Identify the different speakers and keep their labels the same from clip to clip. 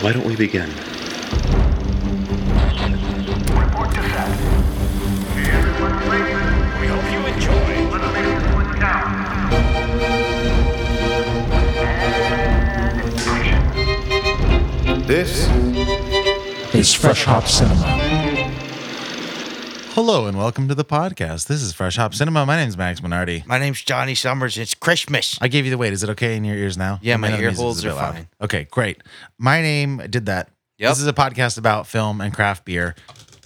Speaker 1: Why don't we begin?
Speaker 2: Report to set. Hey, everyone, please. We hope you enjoy. Let's make this one count. And action.
Speaker 3: This
Speaker 4: It's Fresh Hop Cinema.
Speaker 5: Hello and welcome to the podcast. This is Fresh Hop Cinema. My name's Max Minardi.
Speaker 6: My name's Johnny Summers. It's Christmas.
Speaker 5: I gave you the wait. Is it okay in your ears now?
Speaker 6: Yeah,
Speaker 5: I
Speaker 6: my
Speaker 5: know the
Speaker 6: ear
Speaker 5: music was
Speaker 6: holes
Speaker 5: a bit
Speaker 6: are
Speaker 5: loud.
Speaker 6: fine.
Speaker 5: Okay, great. My name did that.
Speaker 6: Yep.
Speaker 5: This is a podcast about film and craft beer.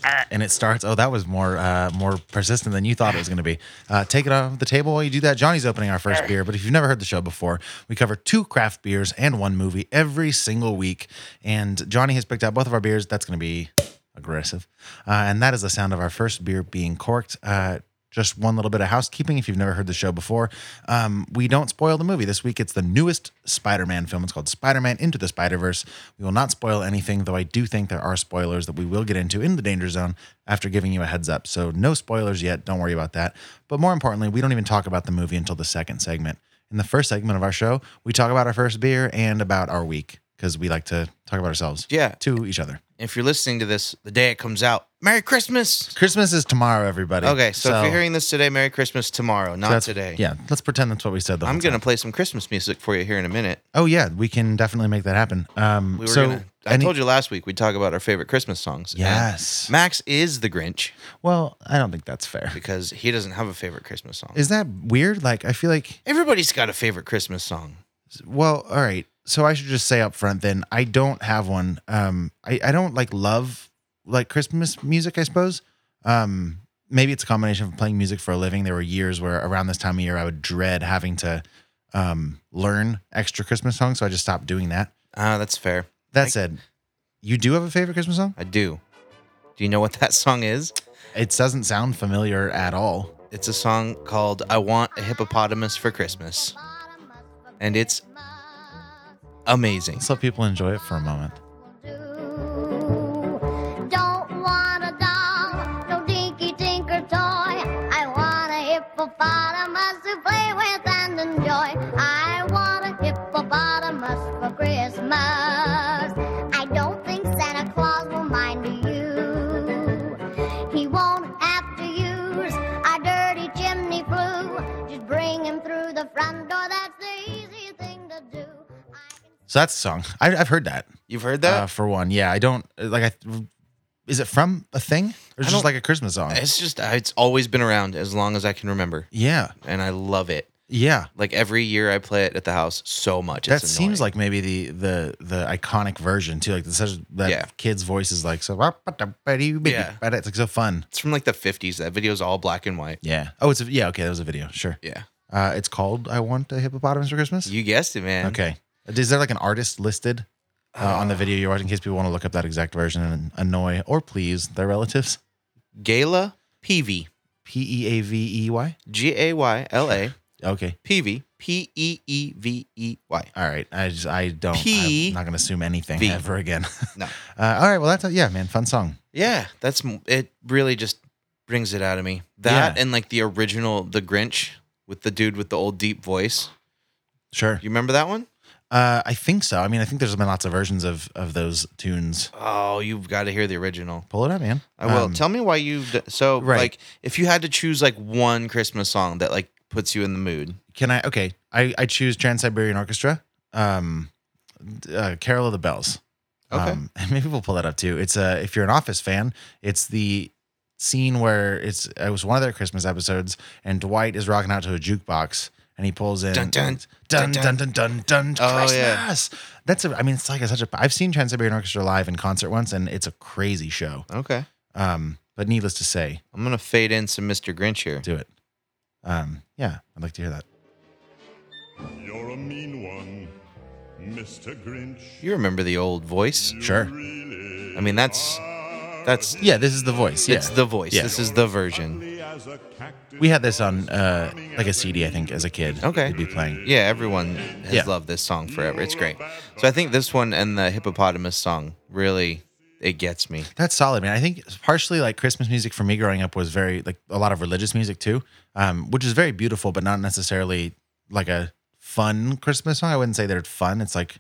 Speaker 5: Ah, And it starts. Oh, that was more uh, more persistent than you thought it was going to be. Uh, take it off the table while you do that. Johnny's opening our first beer. But if you've never heard the show before, we cover two craft beers and one movie every single week. And Johnny has picked out both of our beers. That's going to be aggressive. Uh, and that is the sound of our first beer being corked. Uh, just one little bit of housekeeping if you've never heard the show before. Um, we don't spoil the movie. This week it's the newest Spider Man film. It's called Spider Man Into the Spider Verse. We will not spoil anything, though I do think there are spoilers that we will get into in the danger zone after giving you a heads up. So no spoilers yet. Don't worry about that. But more importantly, we don't even talk about the movie until the second segment. In the first segment of our show, we talk about our first beer and about our week because we like to talk about ourselves
Speaker 6: Yeah.
Speaker 5: to each other.
Speaker 6: If you're listening to this the day it comes out, Merry Christmas.
Speaker 5: Christmas is tomorrow, everybody.
Speaker 6: Okay, so, if you're hearing this today, Merry Christmas tomorrow, not
Speaker 5: that's-
Speaker 6: today.
Speaker 5: Yeah, let's pretend that's what we said. The
Speaker 6: I'm
Speaker 5: whole
Speaker 6: gonna
Speaker 5: time.
Speaker 6: play some Christmas music for you here in a minute.
Speaker 5: Oh yeah, we can definitely make that happen. Um,
Speaker 6: We were
Speaker 5: so
Speaker 6: gonna, I
Speaker 5: any-
Speaker 6: told you uh, last week we'd talk about our favorite Christmas songs. and
Speaker 5: Yes.
Speaker 6: Max is the Grinch
Speaker 5: Well, I don't think that's fair.
Speaker 6: because he doesn't have a favorite Christmas song.
Speaker 5: Is that weird? Like, I feel like.
Speaker 6: Everybody's got a favorite Christmas song.
Speaker 5: Well, all right. So I should just say up front then, I don't have one. Um, I I don't like love like Christmas music. I suppose. Um, maybe it's a combination of playing music for a living. There were years where around this time of year I would dread having to um learn extra Christmas songs, so I just stopped doing that.
Speaker 6: Ah, that's fair.
Speaker 5: That said, you do have a favorite Christmas song?
Speaker 6: I do. Do you know what that song is?
Speaker 5: It doesn't sound familiar at all.
Speaker 6: It's a song called I Want a Hippopotamus for Christmas. And it's amazing.
Speaker 5: Let's let people enjoy it for a moment.
Speaker 7: Don't want a doll, no dinky tinker toy. I want a hippopotamus to play with and enjoy. I want a hippopotamus for Christmas. I don't think Santa Claus will mind you. He won't have to use our dirty chimney flue. Just bring him through the front door, that's the easy thing to do. I can
Speaker 5: So that's the song. I, I've heard that
Speaker 6: You've heard
Speaker 5: uh, for one. Yeah, I don't like. I is it from a thing or is it just
Speaker 6: don't-
Speaker 5: like a Christmas song?
Speaker 6: it's just uh, it's always been around as long as I can remember,
Speaker 5: Yeah,
Speaker 6: and I love it.
Speaker 5: yeah.
Speaker 6: Like every year, I play it at the house so much.
Speaker 5: that
Speaker 6: it's
Speaker 5: seems
Speaker 6: annoying.
Speaker 5: like maybe the the the iconic version too. Like the, such that
Speaker 6: Yeah.
Speaker 5: kid's voice is like so. Yeah. It's like so fun.
Speaker 6: it's from like the fifties. That video's all black and white.
Speaker 5: Yeah. Oh, it's a, yeah. Okay, that was a video. Sure.
Speaker 6: Yeah,
Speaker 5: Uh, it's called "I Want a Hippopotamus for Christmas."
Speaker 6: you guessed it, man.
Speaker 5: okay. Is there like an artist listed uh, on the video you're watching in case people want to look up that exact version and annoy or please their relatives?
Speaker 6: Gala Peavy,
Speaker 5: P E A V E Y.
Speaker 6: G A Y L A
Speaker 5: Okay.
Speaker 6: Peavy, P E E V E Y.
Speaker 5: All right. I just I don't. i
Speaker 6: P-
Speaker 5: I'm not going to assume anything
Speaker 6: V.
Speaker 5: ever again.
Speaker 6: No.
Speaker 5: Uh, all right. Well, that's a, yeah, man. Fun song.
Speaker 6: Yeah, that's m- it. Really, just brings it out of me. That
Speaker 5: Yeah.
Speaker 6: and like the original, the Grinch with the dude with the old deep voice.
Speaker 5: Sure.
Speaker 6: You remember that one?
Speaker 5: Uh, I think so. I mean, I think there's been lots of versions of of those tunes.
Speaker 6: Oh, you've got to hear the original.
Speaker 5: Pull it up, man.
Speaker 6: I will.
Speaker 5: Um,
Speaker 6: Tell me why you d- so
Speaker 5: Right.
Speaker 6: like if you had to choose like one Christmas song that like puts you in the mood.
Speaker 5: can I? Okay. I I choose Trans Siberian Orchestra. Um, uh, Carol of the Bells.
Speaker 6: Okay.
Speaker 5: Um, and maybe we'll pull that up too. It's uh if you're an Office fan, it's the scene where it's it was one of their Christmas episodes, and Dwight is rocking out to a jukebox, and he pulls in
Speaker 6: Dun, dun,
Speaker 5: dun
Speaker 6: dun,
Speaker 5: dun dun dun, dun,
Speaker 6: Oh, yeah.
Speaker 5: Christmas. That's a. I mean, it's like a, such a. I've seen Trans Siberian Orchestra live in concert once, and it's a crazy show.
Speaker 6: Okay.
Speaker 5: Um, but needless to say,
Speaker 6: I'm gonna fade in some Mr. Grinch here.
Speaker 5: do it. Um, yeah, I'd like to hear that.
Speaker 8: You're a mean one, Mr. Grinch.
Speaker 6: You remember the old voice?
Speaker 5: Sure.
Speaker 8: Really
Speaker 6: I mean that's that's
Speaker 5: Yeah, this is the voice. Yeah.
Speaker 6: it's the voice.
Speaker 5: Yeah.
Speaker 6: This is the version.
Speaker 8: ugly as a cactus.
Speaker 5: we had this on uh, like a CD, I think, as a kid.
Speaker 6: Okay.
Speaker 5: it'd be playing.
Speaker 6: Yeah, everyone has
Speaker 5: Yeah.
Speaker 6: loved this song forever. It's great. So I think this one and the hippopotamus song really it gets me.
Speaker 5: That's solid, man. I think partially like Christmas music for me growing up was very like a lot of religious music too, um, which is very beautiful, but not necessarily like a fun Christmas song. I wouldn't say they're fun. It's like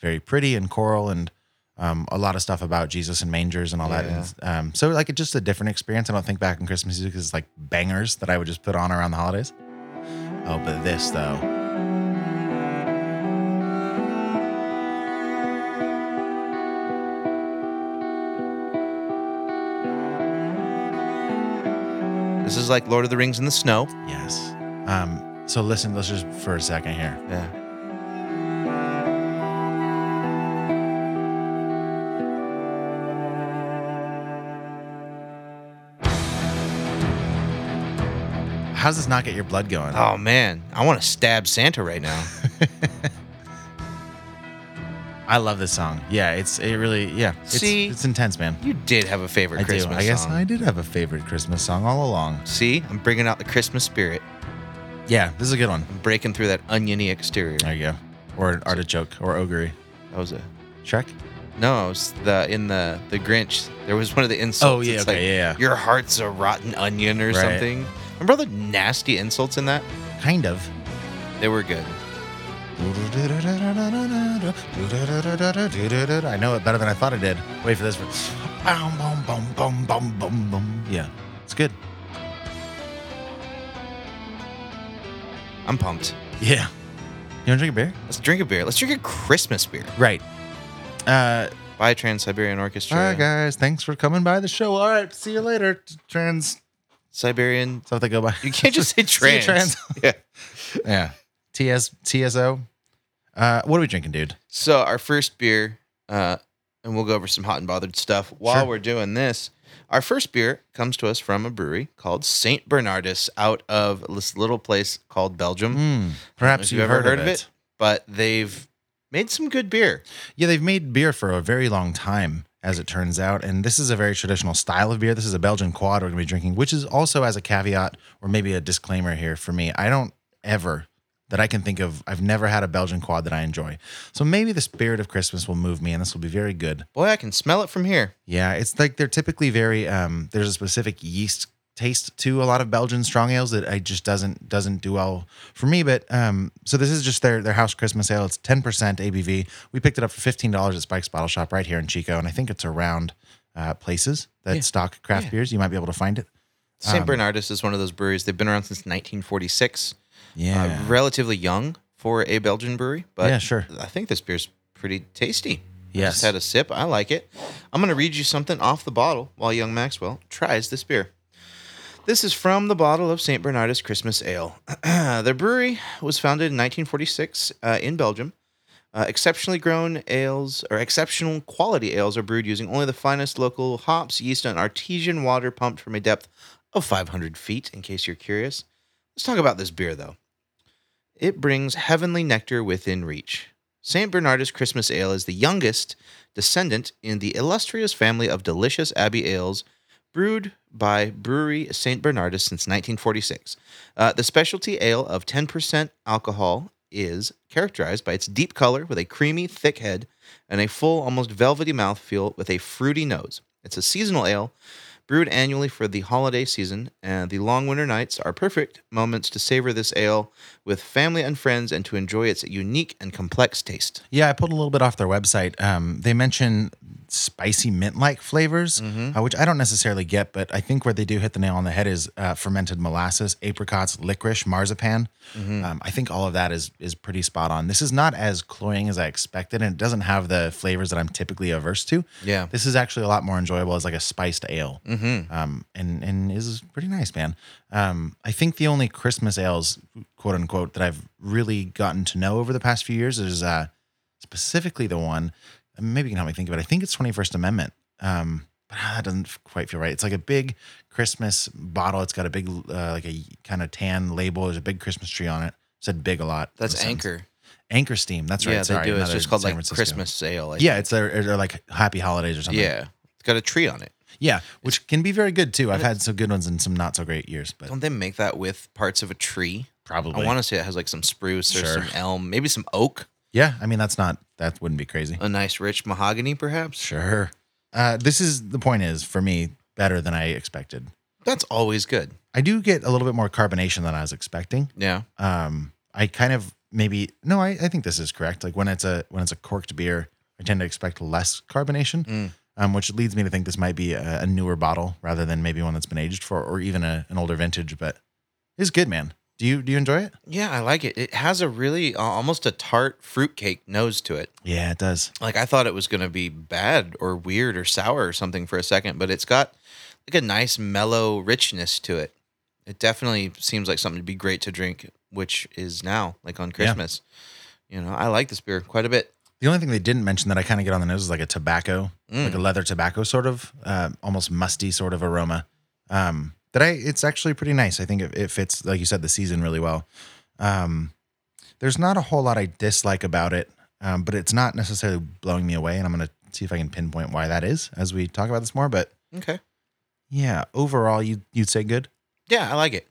Speaker 5: very pretty and choral and um, a lot of stuff about Jesus and mangers and all that. And, um, so like it's just a different experience. I don't think back in Christmas music is like bangers that I would just put on around the holidays. Oh, but this though.
Speaker 6: This is like Lord of the Rings in the snow.
Speaker 5: Yes. Um, so listen, let's just for a second here.
Speaker 6: Yeah.
Speaker 5: How does this not get your blood going?
Speaker 6: Oh man, I want to stab Santa right now.
Speaker 5: I love this song. Yeah, it's it really yeah. It's,
Speaker 6: See?
Speaker 5: it's intense, man.
Speaker 6: you did have a favorite
Speaker 5: I do.
Speaker 6: Christmas
Speaker 5: I guess
Speaker 6: song.
Speaker 5: I did have a favorite Christmas song all along.
Speaker 6: See, I'm bringing out the Christmas spirit.
Speaker 5: Yeah, this is a good one.
Speaker 6: I'm breaking through that oniony exterior.
Speaker 5: There you go. Or an artichoke or ogre.
Speaker 6: That was a
Speaker 5: Shrek?
Speaker 6: no. It was the in the the Grinch. There was one of the insults.
Speaker 5: Oh, yeah,
Speaker 6: It's
Speaker 5: okay,
Speaker 6: like,
Speaker 5: yeah, yeah.
Speaker 6: Your heart's a rotten onion or
Speaker 5: Right.
Speaker 6: something. Remember all the nasty insults in that?
Speaker 5: Kind of.
Speaker 6: They were good.
Speaker 5: I know it better than I thought I did. Wait for this one. Bum, bum, bum, bum, bum, bum, bum. Yeah, it's good.
Speaker 6: I'm pumped.
Speaker 5: Yeah. You want to drink a beer?
Speaker 6: Let's drink a beer. Let's drink a Christmas beer
Speaker 5: Right. Uh,
Speaker 6: by Trans Siberian Orchestra.
Speaker 5: All right, guys. Thanks for coming by the show. All right. See you later, trans.
Speaker 6: Siberian.
Speaker 5: So they go by.
Speaker 6: You can't just say
Speaker 5: See you,
Speaker 6: trans. yeah.
Speaker 5: yeah. TS, TSO. Uh, what are we drinking, dude?
Speaker 6: So our first beer, uh, and we'll go over some hot and bothered stuff while
Speaker 5: Sure.
Speaker 6: we're doing this. Our first beer comes to us from a brewery called Saint Bernardus out of this little place called Belgium.
Speaker 5: Hmm.
Speaker 6: I don't know
Speaker 5: perhaps
Speaker 6: if
Speaker 5: you've, heard, of, it.
Speaker 6: but they've made some good beer.
Speaker 5: Yeah, they've made beer for a very long time, as it turns out. And this is a very traditional style of beer. This is a Belgian quad we're going to be drinking, which is also, as a caveat or maybe a disclaimer here for me, I don't ever that I can think of, I've never had a Belgian quad that I enjoy. So maybe the spirit of Christmas will move me and this will be very good.
Speaker 6: Boy, I can smell it from here.
Speaker 5: Yeah, it's like they're typically very um there's a specific yeast taste to a lot of Belgian strong ales that I just doesn't doesn't do well for me. But um so this is just their their house Christmas ale. It's 10% ABV. We picked it up for $15 at Spike's Bottle Shop right here in Chico, and I think it's around uh places that stock craft beers. You might be able to find it. Um,
Speaker 6: Saint Bernardus is one of those breweries. They've been around since 1946.
Speaker 5: Yeah.
Speaker 6: Uh, relatively young for a Belgian brewery, but
Speaker 5: Yeah, sure.
Speaker 6: I think this beer's pretty tasty. I
Speaker 5: Yes.
Speaker 6: just had a sip. I like it. I'm going to read you something off the bottle while young Maxwell tries this beer. This is from the bottle of St. Bernardus Christmas Ale. Their brewery was founded in 1946 uh, in Belgium. Uh, exceptionally grown ales or exceptional quality ales are brewed using only the finest local hops, yeast, and artesian water pumped from a depth of 500 feet, in case you're curious. Let's talk about this beer, though. It brings heavenly nectar within reach. St. Bernardus Christmas Ale is the youngest descendant in the illustrious family of delicious Abbey ales brewed by brewery St. Bernardus since 1946. Uh, the specialty ale of 10% alcohol is characterized by its deep color with a creamy, thick head and a full, almost velvety mouthfeel with a fruity nose. It's a seasonal ale brewed annually for the holiday season, and the long winter nights are perfect moments to savor this ale with family and friends and to enjoy its unique and complex taste.
Speaker 5: Yeah, I pulled a little bit off their website. Um, they mention spicy mint-like flavors, uh, which I don't necessarily get, but I think where they do hit the nail on the head is uh, fermented molasses, apricots, licorice, marzipan. Um, I think all of that is is pretty spot on. This is not as cloying as I expected, and it doesn't have the flavors that I'm typically averse to.
Speaker 6: Yeah.
Speaker 5: this is actually a lot more enjoyable as like a spiced ale, um, and and is pretty nice, man. Um, I think the only Christmas ales, quote unquote, that I've really gotten to know over the past few years is. Uh, specifically the one maybe you can help me think of it i think it's 21st amendment um but that doesn't quite feel right it's like a big christmas bottle it's got a big uh, like a kind of tan label there's a big christmas tree on it said big a lot in a
Speaker 6: That's
Speaker 5: sentence.
Speaker 6: Anchor.
Speaker 5: anchor steam that's right
Speaker 6: yeah,
Speaker 5: Sorry,
Speaker 6: they do. It's
Speaker 5: another
Speaker 6: just called
Speaker 5: San
Speaker 6: like
Speaker 5: Francisco.
Speaker 6: Christmas Ale. I
Speaker 5: yeah it's their they're like happy holidays or something
Speaker 6: Yeah. It's got a tree on it.
Speaker 5: yeah which can be very good too i've had some good ones and some not so great years but
Speaker 6: Don't they make that with parts of a tree?
Speaker 5: probably
Speaker 6: I want to say it has like some spruce or
Speaker 5: Sure.
Speaker 6: some elm, maybe some oak,
Speaker 5: yeah i mean that's not that wouldn't be crazy
Speaker 6: a nice rich mahogany perhaps.
Speaker 5: sure uh this is the point is for me better than i expected
Speaker 6: That's always good.
Speaker 5: I do get a little bit more carbonation than I was expecting.
Speaker 6: Yeah.
Speaker 5: Um, I kind of maybe no, I, I think this is correct. Like when it's a when it's a corked beer, I tend to expect less carbonation, um, which leads me to think this might be a, a newer bottle rather than maybe one that's been aged for or even a, an older vintage. But it's good, man. Do you do you enjoy it?
Speaker 6: Yeah, I like it. It has a really uh, almost a tart fruitcake nose to it.
Speaker 5: Yeah, it does.
Speaker 6: Like I thought it was going to be bad or weird or sour or something for a second, but it's got like a nice mellow richness to it. It definitely seems like something to be great to drink, which is now like on Christmas. You know, I like this beer quite a bit.
Speaker 5: The only thing they didn't mention that I kind of get on the nose is like a tobacco,
Speaker 6: Mm,
Speaker 5: like a leather tobacco sort of, uh, almost musty sort of aroma. Um, that I, it's actually pretty nice. I think it, it fits, like you said, the season really well. Um, there's not a whole lot I dislike about it, um, but it's not necessarily blowing me away. And I'm going to see if I can pinpoint why that is as we talk about this more. But
Speaker 6: Okay.
Speaker 5: yeah, overall, you you'd say good.
Speaker 6: Yeah, I like it.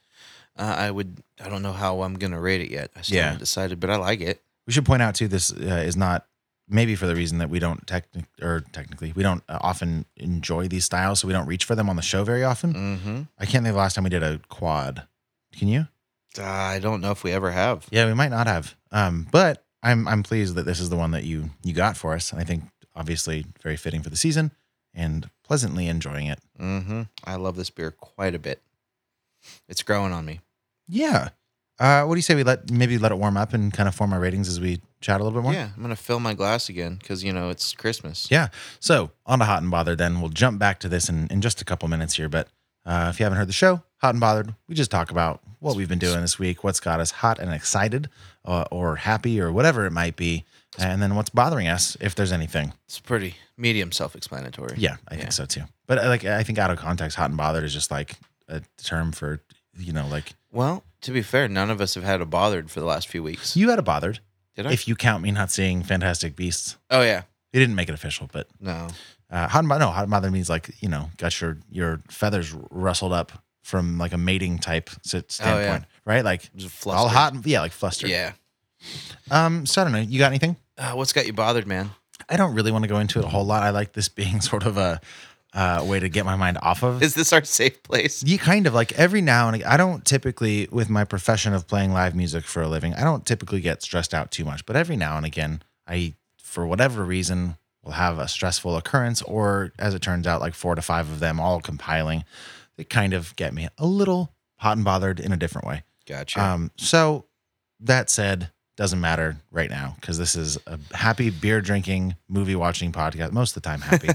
Speaker 6: Uh, I would. I don't know how I'm gonna rate it yet. I still
Speaker 5: Yeah.
Speaker 6: haven't decided, but I like it.
Speaker 5: We should point out too, this uh, is not maybe for the reason that we don't technic or technically we don't uh, often enjoy these styles, so we don't reach for them on the show very often.
Speaker 6: Mm-hmm.
Speaker 5: I can't think of the last time we did a quad. Can you?
Speaker 6: Uh, I don't know if we ever have.
Speaker 5: Yeah, we might not have. Um, but I'm I'm pleased that this is the one that you you got for us. And I think obviously very fitting for the season and pleasantly enjoying it.
Speaker 6: Mm-hmm. I love this beer quite a bit. It's growing on me.
Speaker 5: Yeah. Uh, what do you say we let maybe let it warm up and kind of form our ratings as we chat a little bit more?
Speaker 6: Yeah, I'm gonna fill my glass again because you know it's Christmas.
Speaker 5: Yeah. So on to Hot and Bothered then. We'll jump back to this in, in just a couple minutes here. But uh, if you haven't heard the show, Hot and Bothered, we just talk about what we've been doing this week, what's got us hot and excited uh, or happy or whatever it might be, and then what's bothering us if there's anything.
Speaker 6: It's pretty medium self-explanatory.
Speaker 5: Yeah, I
Speaker 6: Yeah.
Speaker 5: think so too. But uh, like, I think out of context, Hot and Bothered is just like a term for, you know, like
Speaker 6: Well, to be fair, none of us have had a bothered for the last few weeks.
Speaker 5: you had a bothered
Speaker 6: Did I?
Speaker 5: if you count me not seeing Fantastic Beasts.
Speaker 6: oh yeah.
Speaker 5: They didn't make it official, but
Speaker 6: No.
Speaker 5: Uh, hot mother, no, hot mother means like you know, got your your feathers rustled up from like a mating type s- standpoint, right? Like
Speaker 6: Oh, Just
Speaker 5: all hot, and- yeah, like flustered.
Speaker 6: Yeah.
Speaker 5: Um. So I don't know. You got anything?
Speaker 6: Uh, what's got you bothered, man?
Speaker 5: I don't really want to go into it a whole lot. I like this being sort of a uh, way to get my mind off of.
Speaker 6: Is this our safe place?
Speaker 5: you kind of like every now and ag- I don't typically with my profession of playing live music for a living, I don't typically get stressed out too much, but every now and again, I for whatever reason will have a stressful occurrence or as it turns out like 4 to 5 of them all compiling that kind of get me a little hot and bothered in a different way.
Speaker 6: Gotcha.
Speaker 5: Um so that said, doesn't matter right now cuz this is a happy beer drinking, movie watching podcast, most of the time happy.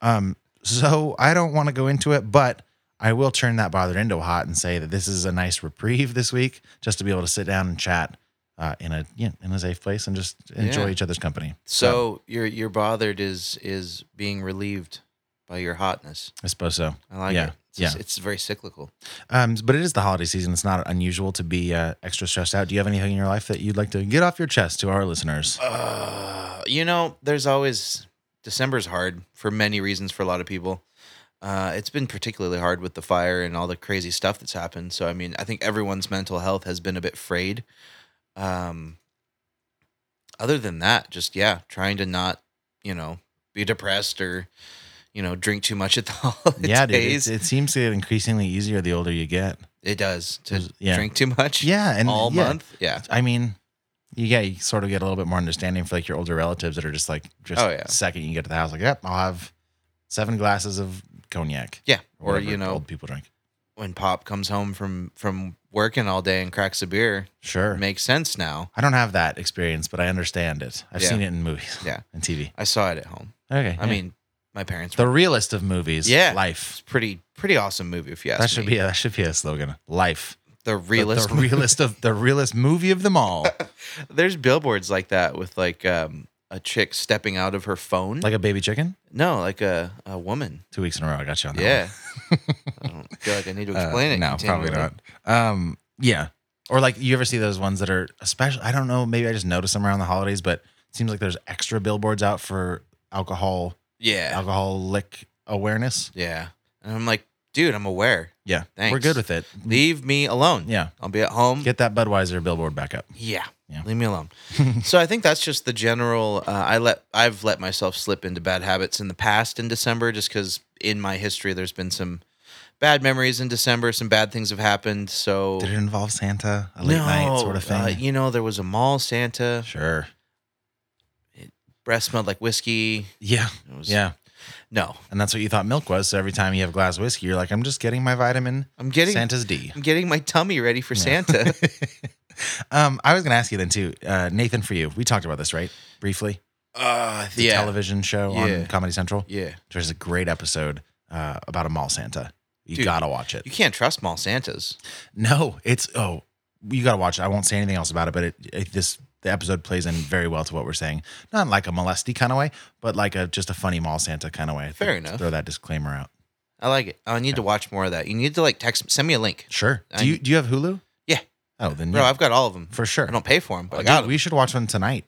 Speaker 5: Um, so I don't want to go into it, but I will turn that bothered into a hot and say that this is a nice reprieve this week, just to be able to sit down and chat uh, in a you know, in a safe place and just enjoy
Speaker 6: Yeah.
Speaker 5: each other's company.
Speaker 6: So your your bothered is is being relieved by your hotness.
Speaker 5: I suppose so.
Speaker 6: I like
Speaker 5: yeah,
Speaker 6: it. It's,
Speaker 5: yeah.
Speaker 6: just- it's very cyclical.
Speaker 5: Um, but it is the holiday season. It's not unusual to be uh, extra stressed out. Do you have anything in your life that you'd like to get off your chest to our listeners?
Speaker 6: Uh, you know, there's always December's hard for many reasons for a lot of people. Uh, it's been particularly hard with the fire and all the crazy stuff that's happened. So I mean, I think everyone's mental health has been a bit frayed. Um, other than that, just yeah, trying to not, you know, be depressed or, you know, drink too much at the holidays.
Speaker 5: yeah, dude. It, it seems to get increasingly easier the older you get.
Speaker 6: It does to
Speaker 5: Yeah.
Speaker 6: drink too much.
Speaker 5: Yeah, and
Speaker 6: all
Speaker 5: yeah.
Speaker 6: month. Yeah,
Speaker 5: I mean, yeah, you sort of get a little bit more understanding for like your older relatives that are just like, just
Speaker 6: Oh, yeah.
Speaker 5: second you get to the house, like, yep, I'll have seven glasses of cognac.
Speaker 6: yeah. Or
Speaker 5: whatever
Speaker 6: you know,
Speaker 5: old people drink.
Speaker 6: when Pop comes home from from working all day and cracks a beer,
Speaker 5: Sure.
Speaker 6: makes sense now.
Speaker 5: I don't have that experience, but I understand it. I've
Speaker 6: Yeah.
Speaker 5: seen it in movies.
Speaker 6: Yeah.
Speaker 5: And TV.
Speaker 6: I saw it at home.
Speaker 5: Okay.
Speaker 6: I mean, my parents.
Speaker 5: the
Speaker 6: Were,
Speaker 5: realest of movies.
Speaker 6: yeah, It's
Speaker 5: Life.
Speaker 6: pretty pretty awesome movie if you ask
Speaker 5: That should
Speaker 6: me.
Speaker 5: be a, that should be a slogan. Life.
Speaker 6: the
Speaker 5: The-
Speaker 6: realist.
Speaker 5: The, realest of the realest movie of them all.
Speaker 6: There's billboards like that with like um, a chick stepping out of her phone.
Speaker 5: like a baby chicken.
Speaker 6: no, like a a woman.
Speaker 5: Two weeks in a row, I got you on that. one.
Speaker 6: Yeah. I don't feel like I need to
Speaker 5: Uh,
Speaker 6: explain it.
Speaker 5: No, probably
Speaker 6: continually.
Speaker 5: not. Um, yeah. Or like you ever see those ones that are especially I don't know, maybe I just noticed them around the holidays, but it seems like there's extra billboards out for alcohol
Speaker 6: Yeah.
Speaker 5: alcoholic awareness.
Speaker 6: Yeah. And I'm like, dude, I'm aware.
Speaker 5: Yeah.
Speaker 6: Thanks.
Speaker 5: We're good with it.
Speaker 6: Leave me alone.
Speaker 5: Yeah.
Speaker 6: I'll be at home.
Speaker 5: Get that Budweiser billboard back up.
Speaker 6: yeah.
Speaker 5: Yeah.
Speaker 6: Leave me alone. so I think that's just the general. Uh, I let I've let myself slip into bad habits in the past in December, just because in my history there's been some bad memories in December. Some bad things have happened. So
Speaker 5: Did it involve Santa? A late night sort of thing?
Speaker 6: uh, you know, there was a mall Santa.
Speaker 5: sure.
Speaker 6: Breath smelled like whiskey.
Speaker 5: Yeah.
Speaker 6: It was-
Speaker 5: Yeah.
Speaker 6: No,
Speaker 5: And that's what you thought milk was. So every time you have a glass of whiskey, you're like, I'm just getting my vitamin
Speaker 6: I'm getting
Speaker 5: Santa's D.
Speaker 6: I'm getting my tummy ready for Santa.
Speaker 5: Um, I was going to ask you then too, uh, Nathan, for you, we talked about this, right? Briefly,
Speaker 6: uh,
Speaker 5: Ah, the television show
Speaker 6: Yeah.
Speaker 5: on Comedy Central.
Speaker 6: Yeah,
Speaker 5: There's a great episode uh, about a mall Santa. You
Speaker 6: Dude,
Speaker 5: got to watch it.
Speaker 6: you can't trust mall Santas.
Speaker 5: No, it's, oh, you got to watch it. I won't say anything else about it, but it, it this, the episode plays in very well to what we're saying. Not in like a molesty kind of way, but like a just a funny mall Santa kind of way. I
Speaker 6: Fair
Speaker 5: think-
Speaker 6: enough.
Speaker 5: Throw that disclaimer out.
Speaker 6: I like it. Oh, I need to watch more of that. You need to like text. Send me a link,
Speaker 5: Sure.
Speaker 6: I-
Speaker 5: Do you do you have Hulu?
Speaker 6: Yeah.
Speaker 5: Oh, then
Speaker 6: bro.
Speaker 5: yeah,
Speaker 6: I've got all of them.
Speaker 5: for sure.
Speaker 6: I don't pay for them, but
Speaker 5: Well,
Speaker 6: I got
Speaker 5: dude,
Speaker 6: 'em.
Speaker 5: we should watch one tonight.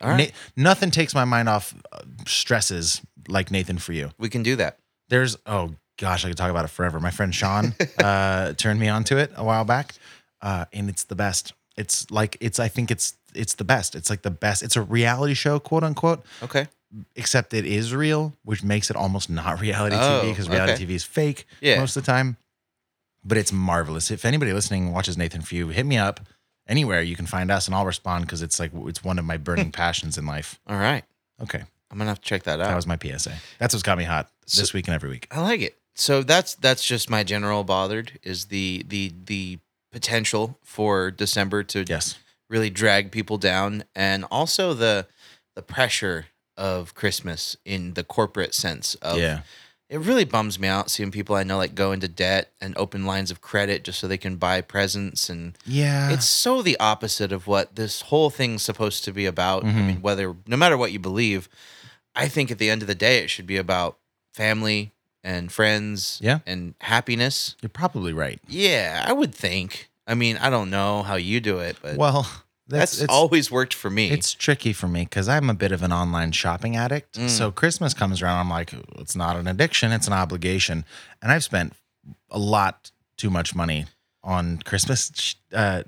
Speaker 6: all right,
Speaker 5: Na- nothing takes my mind off uh, stresses like Nathan for you.
Speaker 6: we can do that.
Speaker 5: There's oh gosh, I could talk about it forever. My friend Sean uh, turned me onto it a while back, uh, and it's the best. It's like it's I think it's it's the best. It's like the best. It's a reality show, quote unquote,
Speaker 6: Okay.
Speaker 5: except it is real, which makes it almost not reality TV
Speaker 6: Oh,
Speaker 5: because reality
Speaker 6: okay.
Speaker 5: TV is fake
Speaker 6: Yeah.
Speaker 5: most of the time. But it's marvelous. If anybody listening watches Nathan Few, hit me up anywhere you can find us, and I'll respond because it's like it's one of my burning passions in life.
Speaker 6: All right.
Speaker 5: Okay,
Speaker 6: I'm gonna have to check that out.
Speaker 5: that was my PSA. That's what's got me hot this week and every week.
Speaker 6: I like it. So that's that's just my general bothered is the the the potential for December to
Speaker 5: Yes,
Speaker 6: really drag people down and also the the pressure of Christmas in the corporate sense of
Speaker 5: yeah,
Speaker 6: it really bums me out seeing people I know like go into debt and open lines of credit just so they can buy presents and
Speaker 5: yeah.
Speaker 6: it's so the opposite of what this whole thing's supposed to be about. I
Speaker 5: Mm-hmm.
Speaker 6: mean, whether no matter what you believe, I think at the end of the day, it should be about family and friends,
Speaker 5: Yeah.
Speaker 6: and happiness.
Speaker 5: you're probably right.
Speaker 6: Yeah, I would think. I mean, I don't know how you do it, but
Speaker 5: Well,
Speaker 6: that's
Speaker 5: that's, it's,
Speaker 6: always worked for me.
Speaker 5: It's tricky for me because I'm a bit of an online shopping addict.
Speaker 6: Mm.
Speaker 5: So Christmas comes around, I'm like, it's not an addiction, it's an obligation. And I've spent a lot too much money on Christmas sh- uh,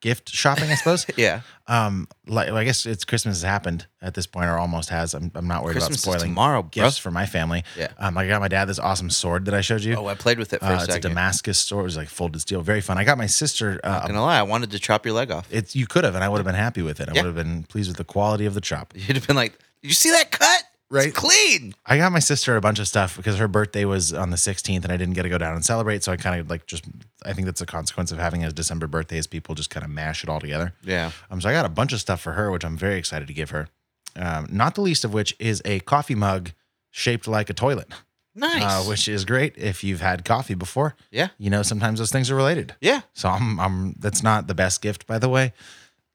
Speaker 5: gift shopping, I suppose.
Speaker 6: yeah,
Speaker 5: um, like I guess it's Christmas has happened at this point, or almost has. I'm, I'm not worried
Speaker 6: Christmas is
Speaker 5: about spoiling
Speaker 6: tomorrow, bro.
Speaker 5: gifts for my family.
Speaker 6: Yeah.
Speaker 5: Um, I got my dad this awesome sword that I showed you.
Speaker 6: oh, I played with it for
Speaker 5: Uh,
Speaker 6: a
Speaker 5: it's a
Speaker 6: second.
Speaker 5: Damascus sword. It was like folded steel, very fun. I got my sister uh,
Speaker 6: Not gonna lie, I wanted to chop your leg off.
Speaker 5: it's you could have, and I would have been happy with it. I
Speaker 6: Yeah.
Speaker 5: would have been pleased with the quality of the chop.
Speaker 6: You'd have been like, "Did you see that cut?
Speaker 5: Right.
Speaker 6: it's clean."
Speaker 5: I got my sister a bunch of stuff because her birthday was on the 16th, and I didn't get to go down and celebrate. So I kind of like just, I think that's a consequence of having a December birthday is people just kind of mash it all together.
Speaker 6: Yeah.
Speaker 5: Um, so I got a bunch of stuff for her, which I'm very excited to give her. Um, not the least of which is a coffee mug shaped like a toilet,
Speaker 6: Nice.
Speaker 5: uh, which is great if you've had coffee before.
Speaker 6: yeah.
Speaker 5: You know, sometimes those things are related.
Speaker 6: Yeah.
Speaker 5: So I'm, I'm. That's not the best gift, by the way.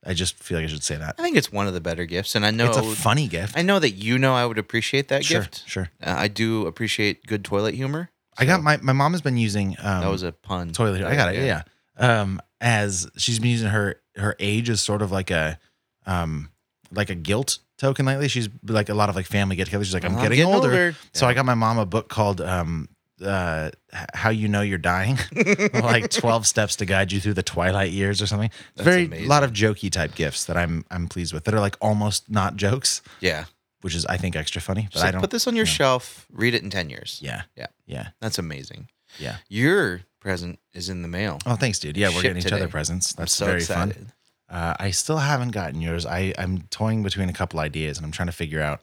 Speaker 5: I just feel like I should say that.
Speaker 6: I think it's one of the better gifts, and I know
Speaker 5: It's a funny gift.
Speaker 6: I know that you know I would appreciate that
Speaker 5: sure,
Speaker 6: gift.
Speaker 5: sure.
Speaker 6: Uh, I do appreciate good toilet humor.
Speaker 5: I got my my mom has been using um,
Speaker 6: That was a pun.
Speaker 5: toilet. I got it. Yeah. Um, as she's been using her her age as sort of like a um like a guilt token lately. She's like a lot of like family get together. She's like, I'm,
Speaker 6: I'm
Speaker 5: getting,
Speaker 6: getting
Speaker 5: older.
Speaker 6: older.
Speaker 5: So I got my mom a book called um uh H- how you know you're dying like 12 steps to guide you through the twilight years or something It's
Speaker 6: That's
Speaker 5: very
Speaker 6: amazing.
Speaker 5: lot of jokey type gifts that i'm i'm pleased with that are like almost not jokes
Speaker 6: Yeah.
Speaker 5: which is i think extra funny but
Speaker 6: Just
Speaker 5: i don't
Speaker 6: put this on your
Speaker 5: yeah.
Speaker 6: shelf. Read it in ten years.
Speaker 5: yeah
Speaker 6: Yeah.
Speaker 5: yeah
Speaker 6: That's amazing.
Speaker 5: yeah
Speaker 6: Your present is in the mail.
Speaker 5: oh thanks dude yeah we're
Speaker 6: Shipped
Speaker 5: getting each other
Speaker 6: today.
Speaker 5: presents
Speaker 6: I'm
Speaker 5: that's
Speaker 6: so
Speaker 5: very
Speaker 6: excited.
Speaker 5: fun Uh, I still haven't gotten yours. I, I'm toying between a couple ideas and I'm trying to figure out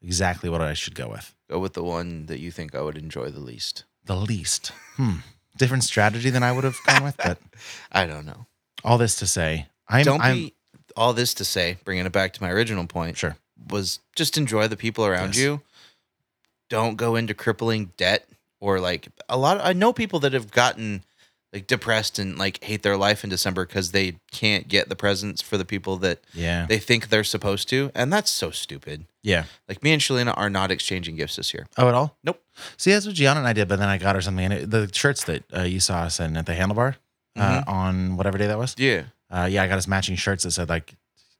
Speaker 5: exactly what I should go with.
Speaker 6: Go with the one that you think I would enjoy the least.
Speaker 5: The least. Hmm. Different strategy than I would have gone with, but
Speaker 6: I don't know.
Speaker 5: all this to say, I'm,
Speaker 6: don't
Speaker 5: I'm
Speaker 6: be all this to say. Bringing it back to my original point.
Speaker 5: sure.
Speaker 6: was just enjoy the people around
Speaker 5: Yes.
Speaker 6: you. Don't go into crippling debt or like a lot. I know people that have gotten like depressed and like hate their life in December because they can't get the presents for the people that
Speaker 5: Yeah.
Speaker 6: they think they're supposed to, and that's so stupid.
Speaker 5: yeah.
Speaker 6: Like me and Shalina are not exchanging gifts this year.
Speaker 5: Oh, at all?
Speaker 6: Nope.
Speaker 5: See, that's what Gianna and I did, but then I got her something. And it, the shirts that uh, you saw us in at the handlebar uh, on whatever day that was.
Speaker 6: Mm-hmm. Yeah,
Speaker 5: Uh, yeah, I got us matching shirts that said like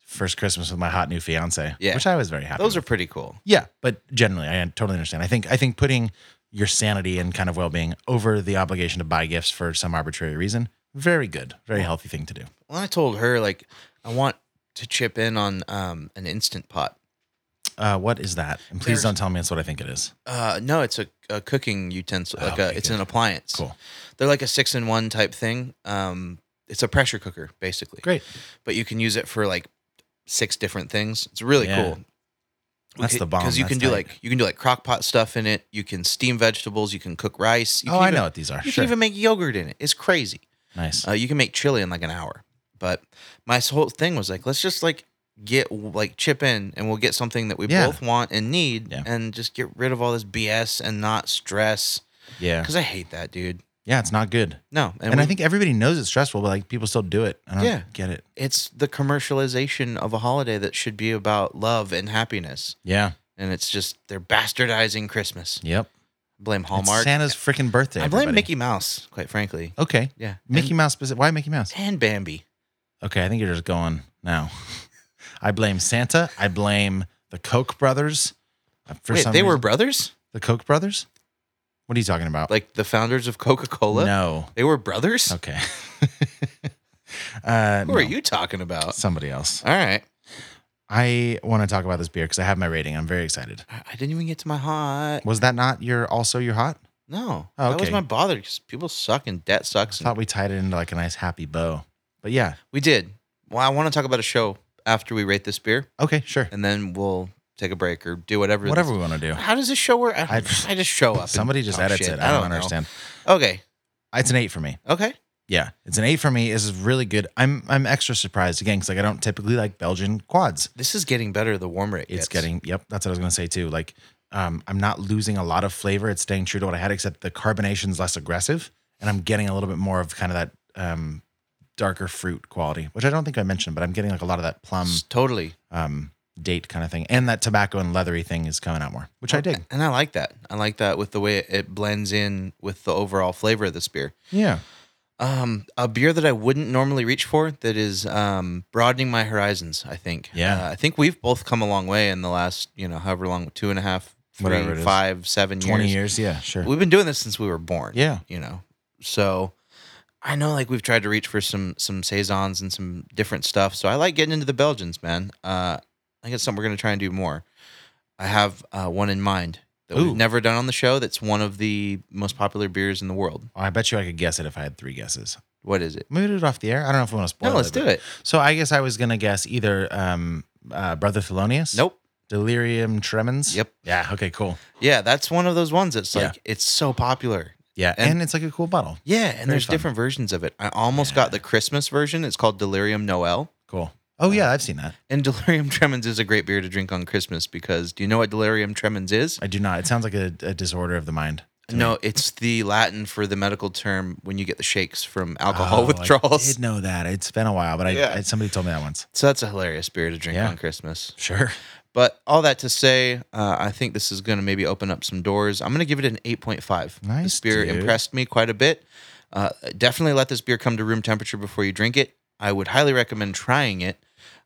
Speaker 5: first Christmas with my hot new fiance,
Speaker 6: Yeah.
Speaker 5: which I was very happy
Speaker 6: those are pretty cool.
Speaker 5: Yeah, but generally, I totally understand. I think I think putting your sanity and kind of well being over the obligation to buy gifts for some arbitrary reason, very good, very healthy thing to do.
Speaker 6: Well, I told her like I want to chip in on um, an instant pot.
Speaker 5: Uh, what is that? And please
Speaker 6: There's-
Speaker 5: don't tell me it's what I think it is.
Speaker 6: Uh, no, it's a, a cooking utensil. Like
Speaker 5: Ah, Okay,
Speaker 6: a, it's
Speaker 5: good.
Speaker 6: an appliance.
Speaker 5: Cool.
Speaker 6: They're like a six in one type thing. Um, it's a pressure cooker basically.
Speaker 5: Great.
Speaker 6: But you can use it for like six different things. It's really
Speaker 5: Yeah.
Speaker 6: cool.
Speaker 5: That's the bomb.
Speaker 6: Because you
Speaker 5: That's
Speaker 6: can do
Speaker 5: tight.
Speaker 6: like you can do like crock pot stuff in it. You can steam vegetables. You can cook rice. You
Speaker 5: Oh,
Speaker 6: can
Speaker 5: I
Speaker 6: even-
Speaker 5: know what these are.
Speaker 6: You
Speaker 5: Sure.
Speaker 6: can even make yogurt in it. It's crazy.
Speaker 5: Nice.
Speaker 6: Uh, you can make chili in like an hour. But my whole thing was like, let's just like get like chip in, and we'll get something that we
Speaker 5: Yeah.
Speaker 6: both want and need,
Speaker 5: Yeah.
Speaker 6: and just get rid of all this BS and not stress.
Speaker 5: yeah.
Speaker 6: Because I hate that, dude.
Speaker 5: Yeah, it's not good.
Speaker 6: No,
Speaker 5: And, I
Speaker 6: we-
Speaker 5: think everybody knows it's stressful, but like people still do it. I don't
Speaker 6: Yeah.
Speaker 5: get it.
Speaker 6: it's the commercialization of a holiday that should be about love and happiness,
Speaker 5: Yeah.
Speaker 6: and it's just they're bastardizing Christmas.
Speaker 5: Yep.
Speaker 6: Blame
Speaker 5: It's
Speaker 6: Hallmark.
Speaker 5: Santa's freaking birthday.
Speaker 6: I blame
Speaker 5: everybody.
Speaker 6: Mickey Mouse, quite frankly.
Speaker 5: Okay.
Speaker 6: Yeah,
Speaker 5: Mickey
Speaker 6: and,
Speaker 5: Mouse specific. Why Mickey Mouse?
Speaker 6: and Bambi.
Speaker 5: Okay, I think you're just going now. I blame Santa. I blame the Koch brothers. Uh, For
Speaker 6: Wait,
Speaker 5: some
Speaker 6: they were
Speaker 5: reason-
Speaker 6: brothers,
Speaker 5: the Koch brothers. What are you talking about?
Speaker 6: like the founders of Coca Cola.
Speaker 5: no.
Speaker 6: They were brothers?
Speaker 5: Okay. uh,
Speaker 6: Who
Speaker 5: no.
Speaker 6: are you talking about?
Speaker 5: Somebody else.
Speaker 6: All right.
Speaker 5: I want to talk about this beer because I have my rating. I'm very excited.
Speaker 6: I I didn't even get to my hot.
Speaker 5: Was that not your also your hot?
Speaker 6: No.
Speaker 5: Oh,
Speaker 6: That was
Speaker 5: okay.
Speaker 6: my bother because people suck and debt sucks.
Speaker 5: I
Speaker 6: And
Speaker 5: thought we tied it into like a nice happy bow. But yeah.
Speaker 6: we did. Well, I want to talk about a show after we rate this beer
Speaker 5: Okay. Sure.
Speaker 6: and then we'll take a break or do whatever.
Speaker 5: Whatever
Speaker 6: this-
Speaker 5: we want to do.
Speaker 6: How does this show work? I,
Speaker 5: I-
Speaker 6: don't- I just show up. and
Speaker 5: Somebody just
Speaker 6: talk
Speaker 5: edits
Speaker 6: shit.
Speaker 5: it. I don't,
Speaker 6: know.
Speaker 5: understand. Uh,
Speaker 6: Okay.
Speaker 5: It's an eight for me.
Speaker 6: Okay.
Speaker 5: Yeah, it's an eight for me. This is really good. I'm I'm extra surprised again because like I don't typically like Belgian quads.
Speaker 6: This is getting better the warmer it
Speaker 5: It's
Speaker 6: gets.
Speaker 5: getting yep. That's what I was gonna say too. Like um, I'm not losing a lot of flavor. It's staying true to what I had, except the carbonation's less aggressive, and I'm getting a little bit more of kind of that um, darker fruit quality, which I don't think I mentioned, but I'm getting like a lot of that plum
Speaker 6: S- totally.
Speaker 5: um, date kind of thing, and that tobacco and leathery thing is coming out more, which I dig.
Speaker 6: And I like that. I like that with the way it- it blends in with the overall flavor of this beer.
Speaker 5: Yeah,
Speaker 6: um, a beer that I wouldn't normally reach for that is um, broadening my horizons. I think.
Speaker 5: Yeah.
Speaker 6: Uh, I think we've both come a long way in the last you know however long two and a half, three,
Speaker 5: Whatever it is.
Speaker 6: five, seven
Speaker 5: twenty years.
Speaker 6: years.
Speaker 5: Yeah, sure.
Speaker 6: We've been doing this since we were born.
Speaker 5: Yeah.
Speaker 6: You know, so I know like we've tried to reach for some some saisons and some different stuff. So I like getting into the Belgians, man. Uh, I think it's something we're gonna try and do more. I have uh, one in mind that
Speaker 5: Ooh.
Speaker 6: we've never done on the show. That's one of the most popular beers in the world.
Speaker 5: Oh, I bet you I could guess it if I had three guesses.
Speaker 6: What is it?
Speaker 5: Maybe do it off the air. I don't know if we want to spoil.
Speaker 6: No, let's
Speaker 5: but-
Speaker 6: do it.
Speaker 5: So I guess I was gonna guess either um, uh, Brother Thelonious.
Speaker 6: Nope.
Speaker 5: Delirium Tremens.
Speaker 6: Yep.
Speaker 5: Yeah. Okay. Cool.
Speaker 6: Yeah, that's one of those ones that's
Speaker 5: Yeah.
Speaker 6: like it's so popular.
Speaker 5: Yeah, and,
Speaker 6: And-
Speaker 5: it's like a cool bottle.
Speaker 6: Yeah, and there's
Speaker 5: fun.
Speaker 6: different versions of it. I almost got the Christmas version. It's called Delirium Noel.
Speaker 5: Cool. Oh yeah, I've seen that.
Speaker 6: And Delirium Tremens is a great beer to drink on Christmas because do you know what Delirium Tremens is?
Speaker 5: I do not. It sounds like a, a disorder of the mind. to me.
Speaker 6: No, it's the Latin for the medical term when you get the shakes from alcohol
Speaker 5: Oh, I
Speaker 6: withdrawals.
Speaker 5: did know that. It's been a while, but I,
Speaker 6: Yeah.
Speaker 5: I- somebody told me that once.
Speaker 6: So that's a hilarious beer to drink
Speaker 5: Yeah.
Speaker 6: on Christmas.
Speaker 5: Sure.
Speaker 6: But all that to say, uh, I think this is going to maybe open up some doors. I'm going to give it an 8.5.
Speaker 5: Nice,
Speaker 6: This beer
Speaker 5: dude.
Speaker 6: impressed me quite a bit. Uh, definitely let this beer come to room temperature before you drink it. I would highly recommend trying it.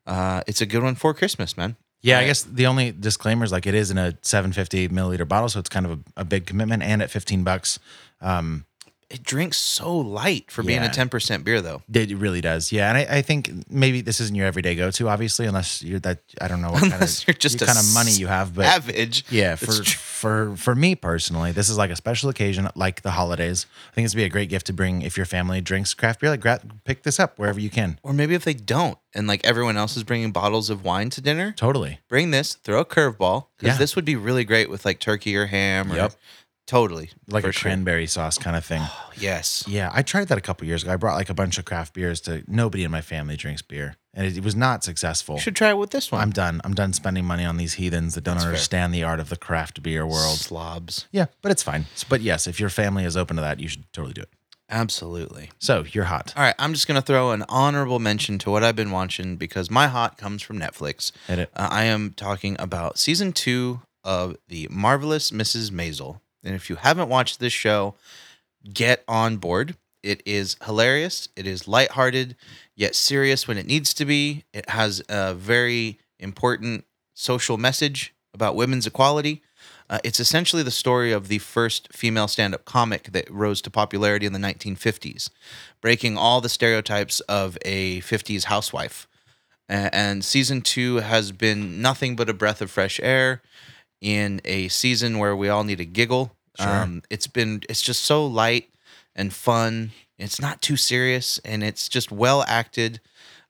Speaker 6: Uh, it's a good one for Christmas, man.
Speaker 5: Yeah, I
Speaker 6: Right.
Speaker 5: guess the only disclaimer is like it is in a 750 milliliter bottle, so it's kind of a, a big commitment. And at 15 bucks, um,
Speaker 6: It drinks so light for being a
Speaker 5: Yeah.
Speaker 6: 10% beer, though.
Speaker 5: it really does. Yeah, and I, I think maybe this isn't your everyday go-to, obviously, unless you're that. I don't know what kind
Speaker 6: Unless
Speaker 5: of
Speaker 6: you're just a
Speaker 5: kind of money you have, but
Speaker 6: Savage.
Speaker 5: Yeah, for
Speaker 6: It's tr-
Speaker 5: for for me personally, this is like a special occasion, like the holidays. I think this would be a great gift to bring if your family drinks craft beer. Like, gra- pick this up wherever you can.
Speaker 6: Or maybe if they don't, and like everyone else is bringing bottles of wine to dinner,
Speaker 5: Totally.
Speaker 6: bring this, throw a curveball, because
Speaker 5: Yeah.
Speaker 6: this would be really great with like turkey or ham or
Speaker 5: Yep.
Speaker 6: totally.
Speaker 5: Like
Speaker 6: for
Speaker 5: a
Speaker 6: sure.
Speaker 5: cranberry sauce kind of thing.
Speaker 6: Yes.
Speaker 5: Yeah, I tried that a couple years ago. I brought like a bunch of craft beers to nobody in my family drinks beer, and it, it was not successful.
Speaker 6: You should try it with this one.
Speaker 5: I'm done. I'm done spending money on these heathens that don't understand the art of the craft beer world.
Speaker 6: slobs.
Speaker 5: Yeah, but it's fine. S- But yes, if your family is open to that, you should totally do it.
Speaker 6: Absolutely.
Speaker 5: So you're hot.
Speaker 6: All right, I'm just gonna throw an honorable mention to what I've been watching because my hot comes from Netflix.
Speaker 5: Hit it.
Speaker 6: Uh, I am talking about season two of the marvelous Mrs. Maisel, and if you haven't watched this show, get on board. It is hilarious. It is lighthearted, yet serious when it needs to be. It has a very important social message about women's equality. Uh, it's essentially the story of the first female stand up comic that rose to popularity in the 1950s, breaking all the stereotypes of a 50s housewife. A- And season two has been nothing but a breath of fresh air in a season where we all need a giggle. Um, it's been it's just so light and fun. It's not too serious, and it's just well acted.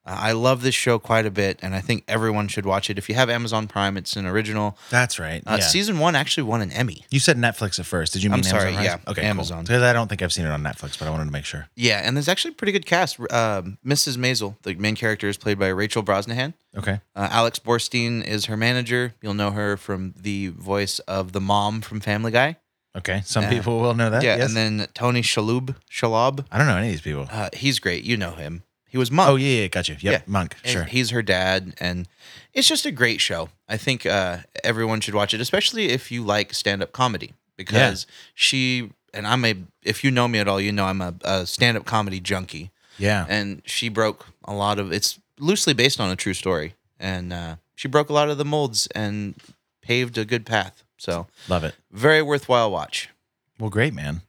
Speaker 6: Uh, I love this show quite a bit, and I think everyone should watch it. If you have Amazon Prime, it's an original.
Speaker 5: That's right.
Speaker 6: Uh,
Speaker 5: yeah.
Speaker 6: Season one actually won an Emmy.
Speaker 5: You said Netflix at first. Did you mean
Speaker 6: I'm sorry,
Speaker 5: Amazon? Prime?
Speaker 6: yeah,
Speaker 5: Okay. cool.
Speaker 6: Amazon.
Speaker 5: Because I don't think I've seen it on Netflix, but I wanted to make sure.
Speaker 6: Yeah, and there's actually a pretty good cast. Um Mrs. Maisel, the main character, is played by Rachel Brosnahan.
Speaker 5: Okay.
Speaker 6: Uh, Alex Borstein is her manager. You'll know her from the voice of the mom from Family Guy.
Speaker 5: Okay. Some people will know that.
Speaker 6: yeah,
Speaker 5: yes.
Speaker 6: and then Tony Shalhoub. Shalhoub.
Speaker 5: I don't know any of these people.
Speaker 6: Uh, he's great. You know him. He was Monk.
Speaker 5: oh yeah, yeah, got you. Yep. Monk.
Speaker 6: And
Speaker 5: Sure.
Speaker 6: He's her dad, and it's just a great show. I think uh, everyone should watch it, especially if you like stand-up comedy, because she and I'm a. If you know me at all, you know I'm a, a stand-up comedy junkie.
Speaker 5: yeah.
Speaker 6: and she broke a lot of it's loosely based on a true story and uh, she broke a lot of the molds and paved a good path so
Speaker 5: Love it.
Speaker 6: very worthwhile watch
Speaker 5: Well, great, man.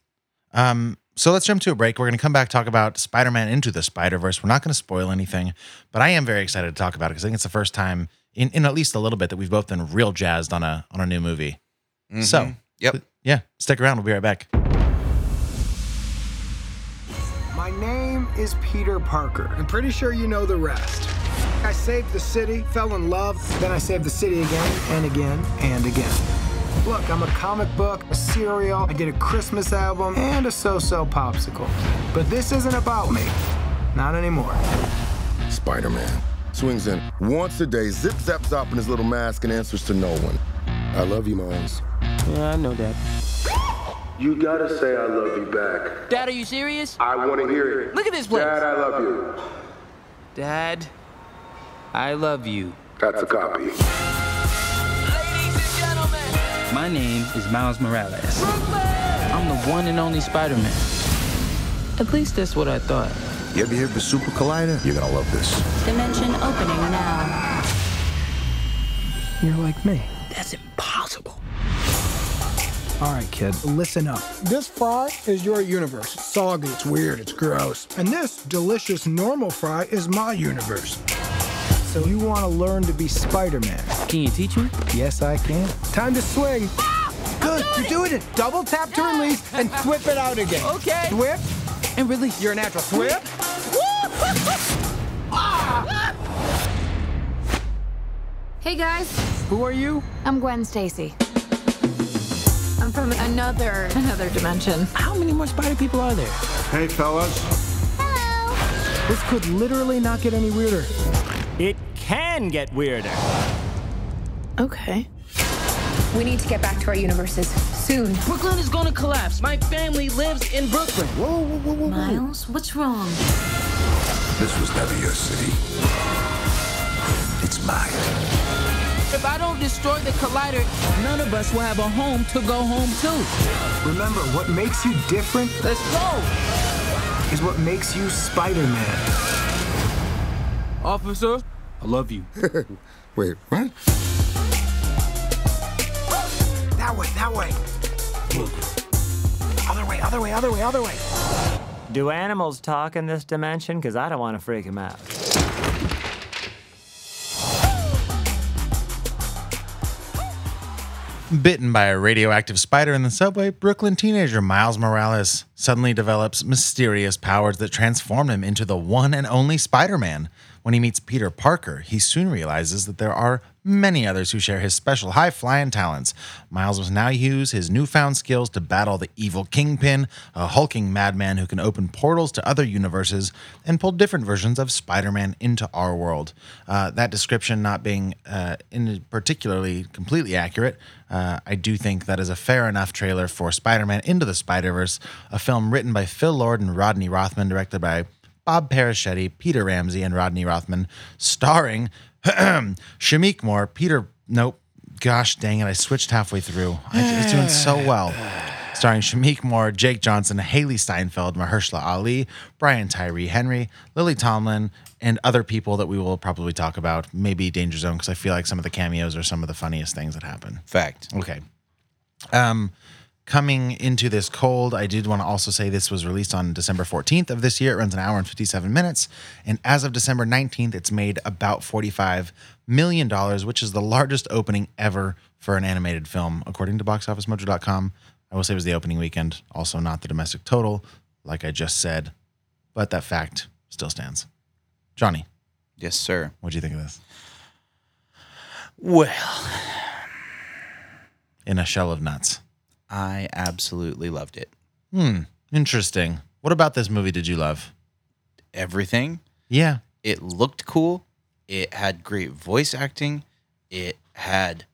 Speaker 5: Um, so let's jump to a break. We're going to come back, talk about Spider Man Into the Spider Verse. We're not going to spoil anything, but I am very excited to talk about it because I think it's the first time in, in at least a little bit that we've both been real jazzed on a on a new movie. So,
Speaker 6: Mm-hmm. yep
Speaker 5: yeah, stick around. We'll be right back.
Speaker 1: My name is Peter Parker. I'm pretty sure you know the rest. I saved the city, fell in love, then I saved the city again and again and again. Look, I'm a comic book, a serial, I did a Christmas album, and a so so popsicle. But this isn't about me. Not anymore.
Speaker 9: Spider Man swings in once a day, zip zaps up in his little mask, and answers to no one. I love you, Miles.
Speaker 1: Yeah, I know that.
Speaker 10: You gotta say I love you back.
Speaker 11: Dad, are you serious?
Speaker 10: I wanna hear it.
Speaker 11: Look at this place.
Speaker 10: Dad, I love you.
Speaker 11: Dad, I love you.
Speaker 10: That's a copy.
Speaker 11: Ladies and gentlemen, my name is Miles Morales. I'm the one and only Spider-Man. At least that's what I thought.
Speaker 3: You ever hear of the Super Collider? You're gonna love this.
Speaker 12: Dimension opening now.
Speaker 1: You're like me.
Speaker 11: That's impossible.
Speaker 1: All right, kid, listen up. This fry is your universe. It's soggy, it's weird, it's gross. And this delicious normal fry is my universe. So you want to learn to be Spider Man?
Speaker 11: Can you teach me?
Speaker 1: Yes, I can. Time to swing. Good, you're Ah, doing it. Double tap to release and whip it out again.
Speaker 11: Okay.
Speaker 1: Whip,
Speaker 11: And release.
Speaker 1: you're a natural. Whip.
Speaker 12: Hey guys,
Speaker 1: Who are you?
Speaker 12: I'm Gwen Stacy. I'm from another another dimension.
Speaker 11: How many more spider people are there?
Speaker 8: Hey, fellas.
Speaker 7: Hello.
Speaker 1: This could literally not get any weirder.
Speaker 11: It can get weirder.
Speaker 12: Okay.
Speaker 13: We need to get back to our universes soon.
Speaker 11: Brooklyn is gonna collapse. My family lives in Brooklyn.
Speaker 12: Miles, what's wrong?
Speaker 3: This was never your city. It's mine.
Speaker 11: If I don't destroy the collider, none of us will have a home to go home to.
Speaker 1: Remember, what makes you different
Speaker 11: Let's go.
Speaker 1: is what makes you Spider Man.
Speaker 11: Officer, I love you.
Speaker 9: Wait, what?
Speaker 1: That way, that way. Other way, other way, other way, other way.
Speaker 11: Do animals talk in this dimension? Because I don't want to freak them out.
Speaker 5: Bitten by a radioactive spider in the subway, Brooklyn teenager Miles Morales suddenly develops mysterious powers that transform him into the one and only Spider Man. When he meets Peter Parker, he soon realizes that there are many others who share his special high flying talents. Miles must now use his newfound skills to battle the evil Kingpin, a hulking madman who can open portals to other universes and pull different versions of Spider Man into our world. Uh, that description not being uh, in particularly completely accurate, uh, I do think that is a fair enough trailer for Spider Man Into the Spider Verse, a film written by Phil Lord and Rodney Rothman, directed by Bob Paraschetti, Peter Ramsey, and Rodney Rothman, starring Shamik Moore, Peter. Nope. Gosh dang it. I switched halfway through. I, it's doing so well. Starring Shamik Moore, Jake Johnson, Haley Steinfeld, Mahershala Ali, Brian Tyree Henry, Lily Tomlin, and other people that we will probably talk about, maybe Danger Zone, because I feel like some of the cameos are some of the funniest things that happen.
Speaker 6: fact
Speaker 5: Okay. Um, coming into this cold. I did want to also say this was released on December 14th of this year. It runs an hour and 57 minutes. And as of December 19th, it's made about $45 million, which is the largest opening ever for an animated film, according to boxofficemojo.com. I will say it was the opening weekend, also not the domestic total, like I just said, but that fact still stands. Johnny.
Speaker 6: Yes, sir.
Speaker 5: What do you think of this?
Speaker 6: Well,
Speaker 5: in a shell of nuts.
Speaker 6: I absolutely loved it.
Speaker 5: Hmm. Interesting. What about this movie did you love?
Speaker 6: Everything.
Speaker 5: Yeah.
Speaker 6: It looked cool. It had great voice acting. It had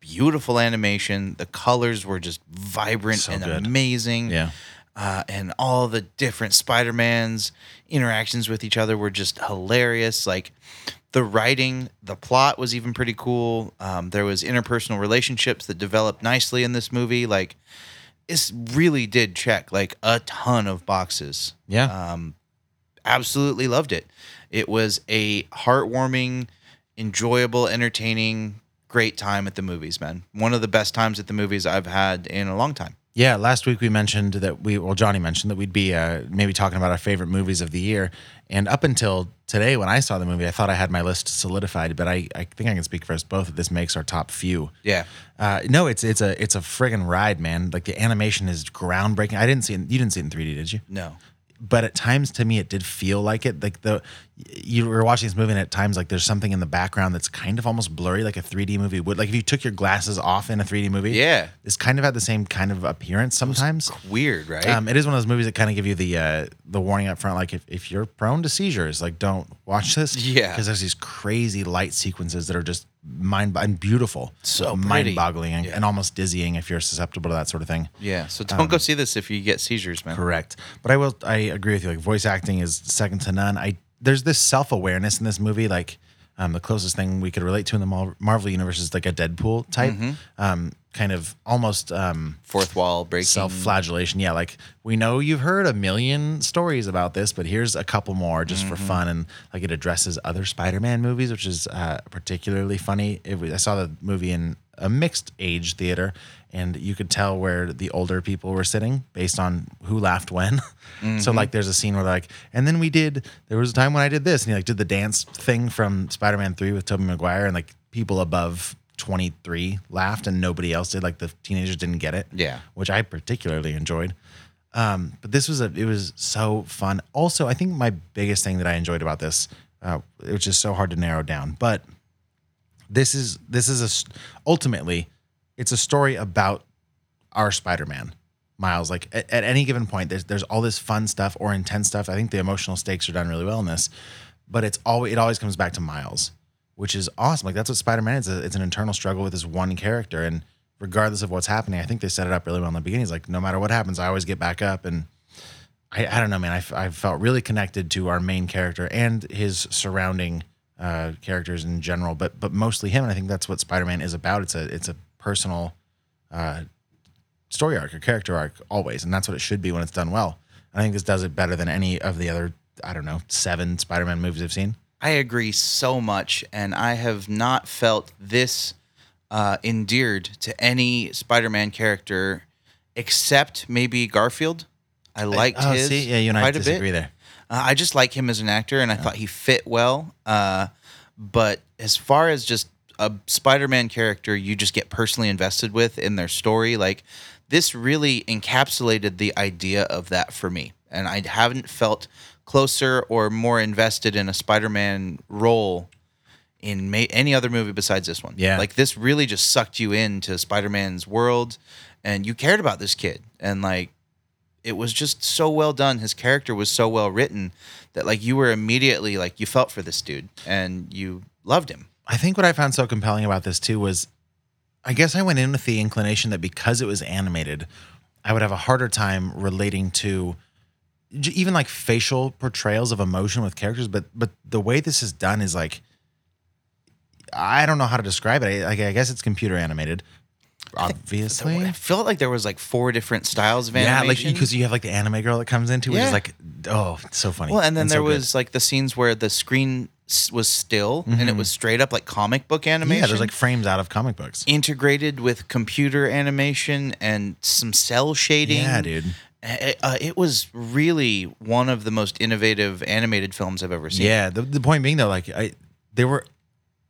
Speaker 6: beautiful animation. The colors were just vibrant
Speaker 5: So
Speaker 6: and
Speaker 5: good.
Speaker 6: amazing.
Speaker 5: Yeah.
Speaker 6: Uh, and all the different Spider Man's interactions with each other were just hilarious. Like the writing, the plot was even pretty cool. Um, there was interpersonal relationships that developed nicely in this movie. Like this really did check like a ton of boxes.
Speaker 5: Yeah.
Speaker 6: Um, absolutely loved it. It was a heartwarming, enjoyable, entertaining, great time at the movies, man. One of the best times at the movies I've had in a long time.
Speaker 5: Yeah, last week we mentioned that we, well, Johnny mentioned that we'd be uh, maybe talking about our favorite movies of the year. And up until today, when I saw the movie, I thought I had my list solidified, but I, I think I can speak for us both that this makes our top few.
Speaker 6: Yeah.
Speaker 5: Uh, no, it's it's a it's a friggin' ride, man. Like the animation is groundbreaking. I didn't see it. You didn't see it in 3D, did you?
Speaker 6: No.
Speaker 5: But at times, to me, it did feel like it. Like the you were watching this movie, and at times, like there's something in the background that's kind of almost blurry, like a 3D movie would. Like if you took your glasses off in a 3D movie,
Speaker 6: Yeah.
Speaker 5: it's kind of had the same kind of appearance sometimes.
Speaker 6: Weird, right?
Speaker 5: Um, it is one of those movies that kind of give you the uh, the warning up front, like if, if you're prone to seizures, like don't watch this.
Speaker 6: Yeah.
Speaker 5: because there's these crazy light sequences that are just mind and beautiful,
Speaker 6: So pretty.
Speaker 5: mind boggling and,
Speaker 6: Yeah.
Speaker 5: and almost dizzying if you're susceptible to that sort of thing.
Speaker 6: yeah. So don't
Speaker 5: Um,
Speaker 6: go see this if you get seizures, man.
Speaker 5: Correct. But I will. I agree with you. Like voice acting is second to none. I there's this self awareness in this movie. Like um, the closest thing we could relate to in the Mar- Marvel universe is like a Deadpool type,
Speaker 6: Mhm.
Speaker 5: um, kind of almost um,
Speaker 6: Fourth wall breaking.
Speaker 5: self flagellation. Yeah, like we know you've heard a million stories about this, but here's a couple more just for fun. And like it addresses other Spider Man movies, which is uh, particularly funny. It was, I saw the movie in a mixed age theater, and you could tell where the older people were sitting based on who laughed when. So
Speaker 6: Mhm.
Speaker 5: like there's a scene where they're like, and then we did there was a time when I did this, and he like did the dance thing from Spider Man Three with Tobey Maguire, and like people above 23 laughed and nobody else did like the teenagers didn't get it
Speaker 6: Yeah.
Speaker 5: which I particularly enjoyed. Um, but this was a it was so fun. Also, I think my biggest thing that I enjoyed about this, uh, which is so hard to narrow down, but this is this is a s- ultimately it's a story about our Spider-Man, Miles. Like at, at any given point, there's there's all this fun stuff or intense stuff. I think the emotional stakes are done really well in this, but it's always it always comes back to Miles, which is awesome. Like that's what Spider-Man is. It's an internal struggle with this one character, and regardless of what's happening, I think they set it up really well in the beginning. It's like no matter what happens, I always get back up and. I, I don't know, man. I, f- I felt really connected to our main character and his surrounding uh, characters in general, but but mostly him. And I think that's what Spider Man is about. It's a it's a personal uh, story arc, a character arc always, and that's what it should be when it's done well. I think this does it better than any of the other I don't know seven Spider Man movies I've seen.
Speaker 6: I agree so much, and I have not felt this uh, endeared to any Spider-Man character, except maybe Garfield. I liked
Speaker 5: oh,
Speaker 6: his
Speaker 5: see? Yeah, you and I
Speaker 6: quite a bit.
Speaker 5: disagree there.
Speaker 6: Uh, I just like him as an actor, and I thought he fit well. Uh, but as far as just a Spider-Man character, you just get personally invested with in their story. Like this really encapsulated the idea of that for me, and I haven't felt closer or more invested in a Spider-Man role in ma- any other movie besides this one.
Speaker 5: Yeah.
Speaker 6: like this really just sucked you into Spider-Man's world, and you cared about this kid, and like it was just so well done. His character was so well written that like you were immediately like you felt for this dude and you loved him.
Speaker 5: I think what I found so compelling about this too was I guess I went in with the inclination that because it was animated, I would have a harder time relating to j- even like facial portrayals of emotion with characters. But but the way this is done is like I don't know how to describe it. I, like I guess it's computer animated, obviously.
Speaker 6: I felt like there was like four different styles of
Speaker 5: Oh, Yeah, like
Speaker 6: animation.
Speaker 5: because you have like the anime girl that comes into, which
Speaker 6: Yeah.
Speaker 5: is like, oh, it's so funny.
Speaker 6: Well, and then there
Speaker 5: so good.
Speaker 6: was like the scenes where the screen s- was still and it was straight up like comic book animation.
Speaker 5: Mm-hmm. Yeah, there's like frames out of comic books.
Speaker 6: integrated with computer animation and some cell shading.
Speaker 5: Yeah, dude.
Speaker 6: Uh, uh, it was really one of the most innovative animated films I've ever seen.
Speaker 5: Yeah. The, the point being though, like I, they were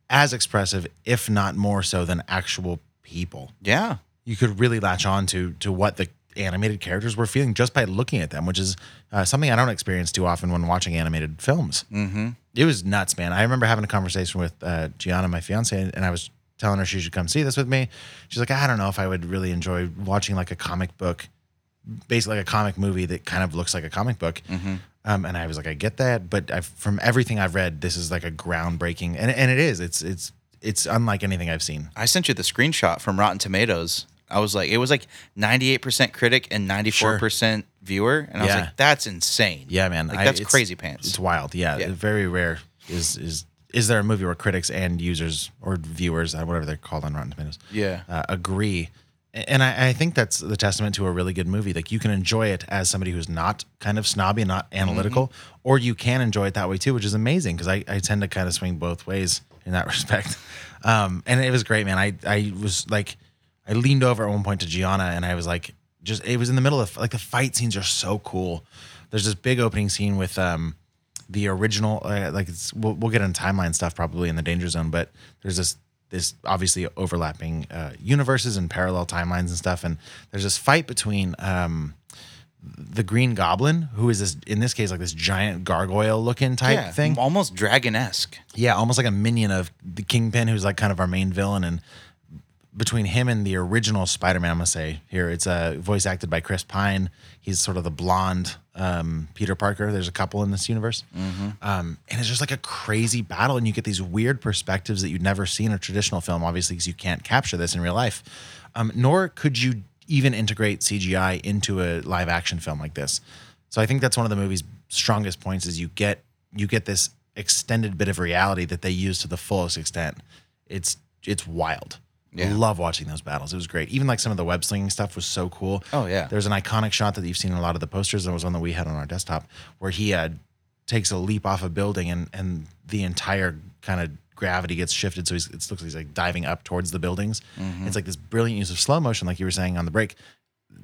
Speaker 5: as expressive, if not more so, than actual people.
Speaker 6: Yeah.
Speaker 5: You could really latch on to to what the animated characters were feeling just by looking at them, which is uh, something I don't experience too often when watching animated films.
Speaker 6: Mm-hmm.
Speaker 5: It was nuts, man. I remember having a conversation with uh, Gianna, my fiance, and I was telling her she should come see this with me. She's like, I don't know if I would really enjoy watching like a comic book, basically like a comic movie that kind of looks like a comic book. Um, and I was like, I get that, but I've, from everything I've read, this is like a groundbreaking, and and it is. It's it's it's unlike anything I've seen.
Speaker 6: I sent you the screenshot from Rotten Tomatoes. I was like, it was like 98% critic and 94% viewer. And I was
Speaker 5: Yeah.
Speaker 6: like, that's insane.
Speaker 5: Yeah, man,
Speaker 6: Like,
Speaker 5: I-
Speaker 6: that's
Speaker 5: it's-
Speaker 6: crazy pants.
Speaker 5: It's wild. Yeah,
Speaker 6: Yeah.
Speaker 5: very rare. Is is is there a movie where critics and users or viewers, uh, whatever they're called on Rotten Tomatoes,
Speaker 6: Yeah.
Speaker 5: uh, agree? A- And I, I think that's the testament to a really good movie. Like you can enjoy it as somebody who's not kind of snobby and not analytical, or you can enjoy it that way too, which is amazing because I, I tend to kind of swing both ways in that respect. Um, and it was great, man. I I was like, I leaned over at one point to Gianna and I was like, just it was in the middle of like the fight scenes are so cool. There's this big opening scene with um the original uh, like it's we'll, we'll get into timeline stuff probably in the danger zone, but there's this this obviously overlapping uh, universes and parallel timelines and stuff, and there's this fight between um the Green Goblin, who is this in this case like this giant gargoyle looking type
Speaker 6: Yeah,
Speaker 5: thing,
Speaker 6: almost dragon esque.
Speaker 5: yeah, almost like a minion of the Kingpin, who's like kind of our main villain. And between him and the original Spider-Man, I'm gonna say here, it's uh, voice acted by Chris Pine. He's sort of the blonde um, Peter Parker. There's a couple in this universe, um, and it's just like a crazy battle, and you get these weird perspectives that you'd never see in a traditional film, obviously, because you can't capture this in real life. Um, nor could you even integrate CGI into a live-action film like this. So I think that's one of the movie's strongest points is you get you get this extended bit of reality that they use to the fullest extent. It's it's wild.
Speaker 6: Yeah.
Speaker 5: Love watching those battles. It was great. Even like some of the web slinging stuff was so cool.
Speaker 6: Oh, yeah.
Speaker 5: There's an iconic shot that you've seen in a lot of the posters. There was one that we had on our desktop where he uh, takes a leap off a building and and the entire kind of gravity gets shifted. So he's, it looks like he's like diving up towards the buildings.
Speaker 6: Mhm.
Speaker 5: It's like this brilliant use of slow motion, like you were saying on the break.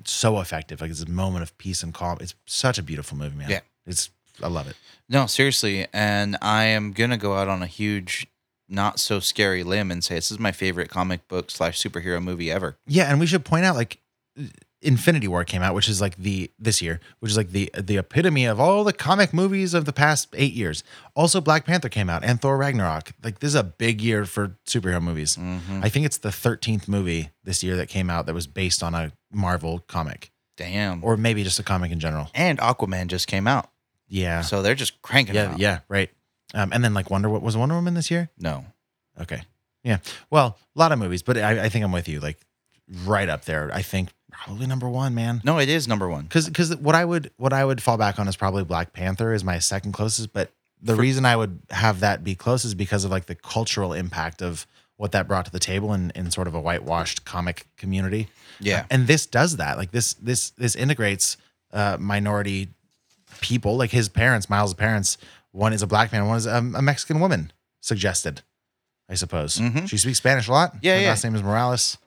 Speaker 5: It's so effective. Like it's a moment of peace and calm. It's such a beautiful movie, man.
Speaker 6: Yeah.
Speaker 5: It's I love it.
Speaker 6: No, seriously. And I am going to go out on a huge, not so scary limb and say this is my favorite comic book slash superhero movie ever.
Speaker 5: Yeah, and we should point out like Infinity War came out, which is like the this year, which is like the the epitome of all the comic movies of the past eight years. Also, Black Panther came out and Thor Ragnarok. Like this is a big year for superhero movies. I think it's the thirteenth movie this year that came out that was based on a Marvel comic,
Speaker 6: Damn.
Speaker 5: or maybe just a comic in general.
Speaker 6: And Aquaman just came out.
Speaker 5: Yeah,
Speaker 6: So they're just cranking it
Speaker 5: yeah,
Speaker 6: out.
Speaker 5: yeah, right. Um, and then like Wonder what was Wonder Woman this year?
Speaker 6: No.
Speaker 5: Okay, yeah. Well, a lot of movies, but I, I think I'm with you. Like right up there. I think probably number one, man.
Speaker 6: No, it is number one.
Speaker 5: because because what I would what I would fall back on is probably Black Panther is my second closest, but the
Speaker 6: For-
Speaker 5: reason I would have that be close is because of like the cultural impact of what that brought to the table in, in sort of a whitewashed comic community.
Speaker 6: Yeah.
Speaker 5: And this does that. Like this this this integrates uh, minority people. Like his parents, Miles' parents, one is a black man, one is um, a Mexican woman. Suggested, I suppose.
Speaker 6: Mhm.
Speaker 5: She speaks Spanish a lot.
Speaker 6: Yeah,
Speaker 5: Her
Speaker 6: yeah. Mm-hmm.
Speaker 5: last name is Morales.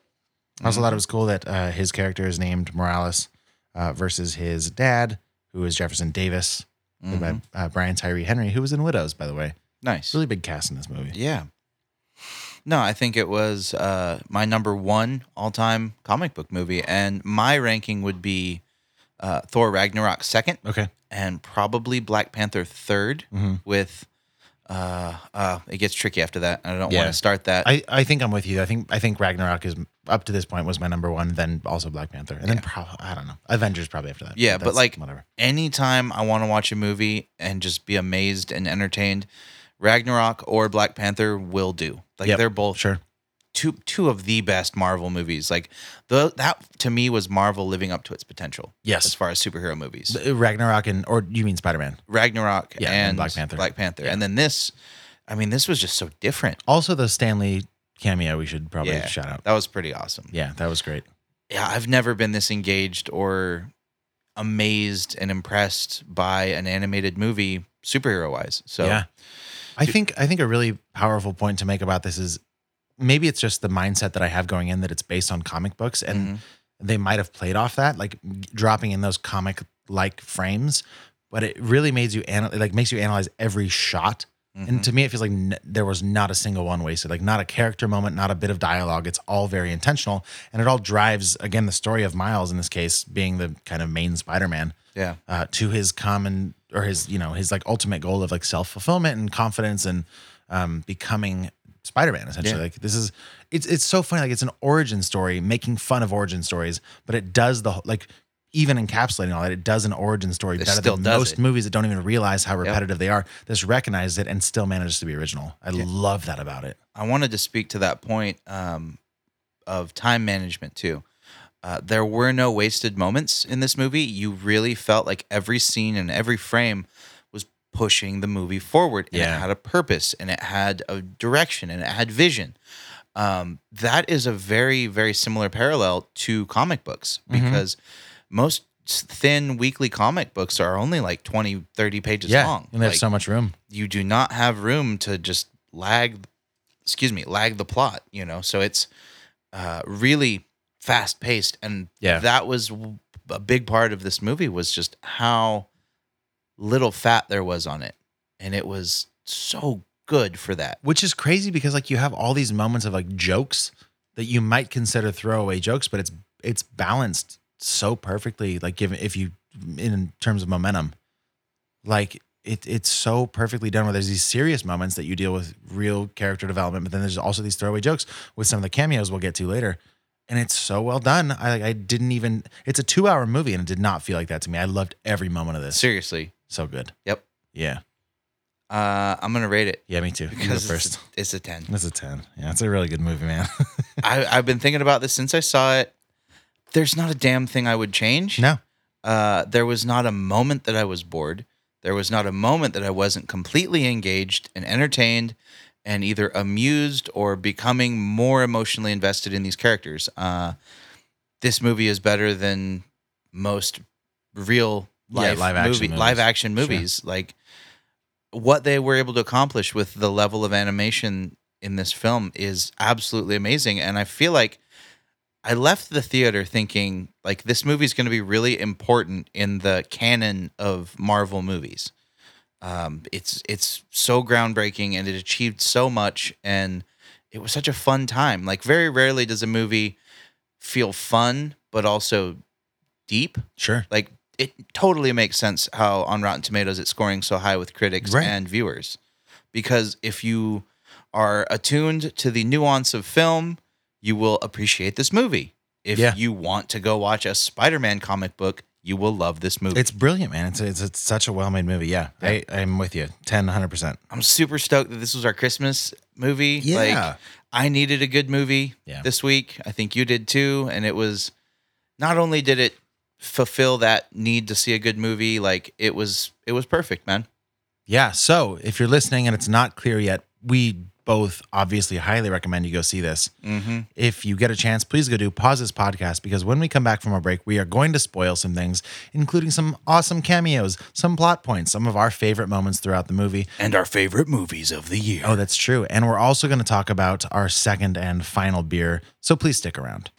Speaker 5: I also thought it was cool that uh, his character is named Morales uh, versus his dad, who is Jefferson Davis, played
Speaker 6: Mhm.
Speaker 5: by uh, Brian Tyree Henry, who was in Widows, by the way.
Speaker 6: Nice.
Speaker 5: Really big cast in this movie.
Speaker 6: Yeah. No, I think it was uh, my number one all time comic book movie. And my ranking would be uh, Thor Ragnarok second
Speaker 5: Okay.
Speaker 6: and probably Black Panther 3rd
Speaker 5: Mhm.
Speaker 6: with. Uh, uh, it gets tricky after that. I don't
Speaker 5: Yeah.
Speaker 6: want to start that.
Speaker 5: I, I think I'm with you. I think I think Ragnarok is up to this point was my number one. Then also Black Panther, and then probably I don't know Avengers probably after that.
Speaker 6: yeah, but
Speaker 5: that's-
Speaker 6: like
Speaker 5: whatever.
Speaker 6: anytime I want to watch a movie and just be amazed and entertained, Ragnarok or Black Panther will do. Like
Speaker 5: Yep,
Speaker 6: they're both
Speaker 5: sure.
Speaker 6: two two of the best Marvel movies. Like the that to me was Marvel living up to its potential.
Speaker 5: Yes.
Speaker 6: as far as superhero movies,
Speaker 5: Ragnarok and or you mean Spider Man?
Speaker 6: Ragnarok
Speaker 5: Yeah,
Speaker 6: and, Black Panther. Black Panther, and then this. I mean, this was just so different.
Speaker 5: Also the Stanley cameo we should probably
Speaker 6: Yeah.
Speaker 5: shout out.
Speaker 6: That was pretty awesome.
Speaker 5: Yeah, that was great.
Speaker 6: yeah, I've never been this engaged or amazed and impressed by an animated movie superhero wise. So
Speaker 5: Yeah. I think I think a really powerful point to make about this is maybe it's just the mindset that I have going in that it's based on comic books and they might have played off that like dropping in those comic like frames but it really made you anal- like makes you analyze every shot and to me it feels like n- there was not a single one wasted like not a character moment not a bit of dialogue it's all very intentional and it all drives again the story of miles in this case being the kind of main spider-man
Speaker 6: Yeah.
Speaker 5: uh, to his common or his you know his like ultimate goal of like self-fulfillment and confidence and um, becoming spider-man essentially
Speaker 6: Yeah.
Speaker 5: like this is it's it's so funny like it's an origin story making fun of origin stories but it does the whole- like even encapsulating all that it does an origin story
Speaker 6: It
Speaker 5: better
Speaker 6: still
Speaker 5: than
Speaker 6: does
Speaker 5: most
Speaker 6: it.
Speaker 5: movies that don't even realize how repetitive they are this recognizes it and still manages to be original i love that about it
Speaker 6: I wanted to speak to that point um, of time management too. Uh, there were no wasted moments in this movie. You really felt like every scene and every frame was pushing the movie forward. And
Speaker 5: Yeah.
Speaker 6: It had a purpose and it had a direction and it had vision. Um, that is a very, very similar parallel to comic books
Speaker 5: Mhm.
Speaker 6: because most thin weekly comic books are only like 20, 30 pages
Speaker 5: yeah
Speaker 6: long.
Speaker 5: and they have
Speaker 6: Like,
Speaker 5: so much room
Speaker 6: you do not have room to just lag excuse me lag the plot you know so it's uh, really fast paced and
Speaker 5: Yeah.
Speaker 6: that was w- a big part of this movie was just how little fat there was on it and it was so good for that
Speaker 5: which is crazy because like you have all these moments of like jokes that you might consider throwaway jokes but it's it's balanced so perfectly like given if you in terms of momentum like it it's so perfectly done where there's these serious moments that you deal with real character development but then there's also these throwaway jokes with some of the cameos we'll get to later and it's so well done i like i didn't even it's a 2 hour movie and it did not feel like that to me i loved every moment of this
Speaker 6: seriously
Speaker 5: so good
Speaker 6: yep
Speaker 5: yeah
Speaker 6: uh, i'm gonna rate it
Speaker 5: yeah me too
Speaker 6: because
Speaker 5: because first
Speaker 6: it's, a, it's a 10
Speaker 5: it's a 10 yeah it's a really good movie man
Speaker 6: I, I've been thinking about this since I saw it. There's not a damn thing I would change.
Speaker 5: No.
Speaker 6: Uh, there was not a moment that I was bored. There was not a moment that I wasn't completely engaged and entertained and either amused or becoming more emotionally invested in these characters. Uh, this movie is better than most real
Speaker 5: Yeah,
Speaker 6: life
Speaker 5: live action
Speaker 6: movie,
Speaker 5: movies.
Speaker 6: live action
Speaker 5: Sure.
Speaker 6: movies. Like what they were able to accomplish with the level of animation in this film is absolutely amazing. And I feel like I left the theater thinking like this movie is going to be really important in the canon of Marvel movies. Um, it's it's so groundbreaking and it achieved so much and it was such a fun time. Like very rarely does a movie feel fun but also deep.
Speaker 5: sure
Speaker 6: Like it totally makes sense how on Rotten Tomatoes it's scoring so high with critics
Speaker 5: Right.
Speaker 6: and viewers. Because if you are attuned to the nuance of film, you will appreciate this movie. If
Speaker 5: Yeah.
Speaker 6: you want to go watch a Spider-Man comic book, you will love this movie.
Speaker 5: It's brilliant, man. It's it's, it's such a well made movie. Yeah, I, I'm with you. 10, 100%.
Speaker 6: I'm super stoked that this was our Christmas movie.
Speaker 5: Yeah.
Speaker 6: Like I needed a good movie
Speaker 5: Yeah.
Speaker 6: this week. I think you did too. And it was not only did it fulfill that need to see a good movie, like it was it was perfect, man.
Speaker 5: Yeah. So if you're listening and it's not clear yet, we both obviously highly recommend you go see this.
Speaker 6: Mm-hmm.
Speaker 5: If you get a chance, please go do pause this podcast because when we come back from our break, we are going to spoil some things, including some awesome cameos, some plot points, some of our favorite moments throughout the movie.
Speaker 6: And our favorite movies of the year.
Speaker 5: Oh, that's true. And we're also going to talk about our second and final beer. So please stick around.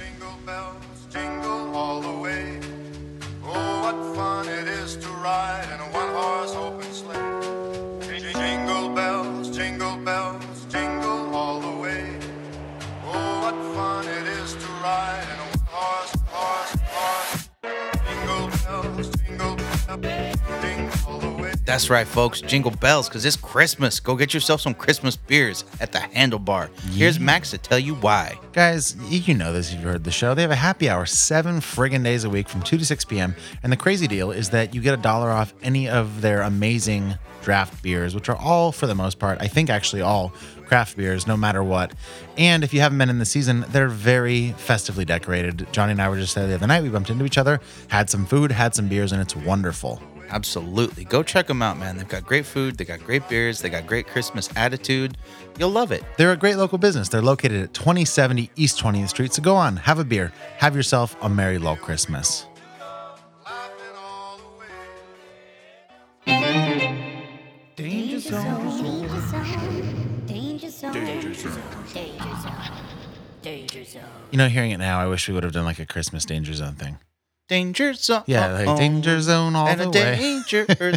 Speaker 14: Jingle bells jingle all the way. Oh, what fun it is to ride in a one-horse open sleigh. Jing- Jingle bells, jingle bells, jingle all the way. Oh, what fun it is to ride in a one-horse, horse, horse. Jingle bells, jingle bells, jingle all the way.
Speaker 6: That's right, folks. Jingle bells, because it's Christmas. Go get yourself some Christmas beers at the handlebar. Here's Max to tell you why.
Speaker 5: Guys, y- you know this if you've heard the show. They have a happy hour seven friggin' days a week from 2 to 6 p.m. And the crazy deal is that you get a dollar off any of their amazing draft beers, which are all, for the most part, I think actually all craft beers, no matter what. And if you haven't been in the season, they're very festively decorated. Johnny and I were just there the other night. We bumped into each other, had some food, had some beers, and it's wonderful.
Speaker 6: Absolutely. Go check them out, man. They've got great food, they got great beers, they got great Christmas attitude. You'll love it.
Speaker 5: They're a great local business. They're located at 2070 East 20th Street. So go on, have a beer, have yourself a merry little Christmas.
Speaker 14: Jingle
Speaker 7: zone, danger zone, danger zone, danger zone, danger zone.
Speaker 5: You know, hearing it now, I wish we would have done like a Christmas danger zone thing.
Speaker 6: Danger zone.
Speaker 5: Yeah, like danger zone all
Speaker 6: and
Speaker 5: the
Speaker 6: a
Speaker 5: way.
Speaker 6: danger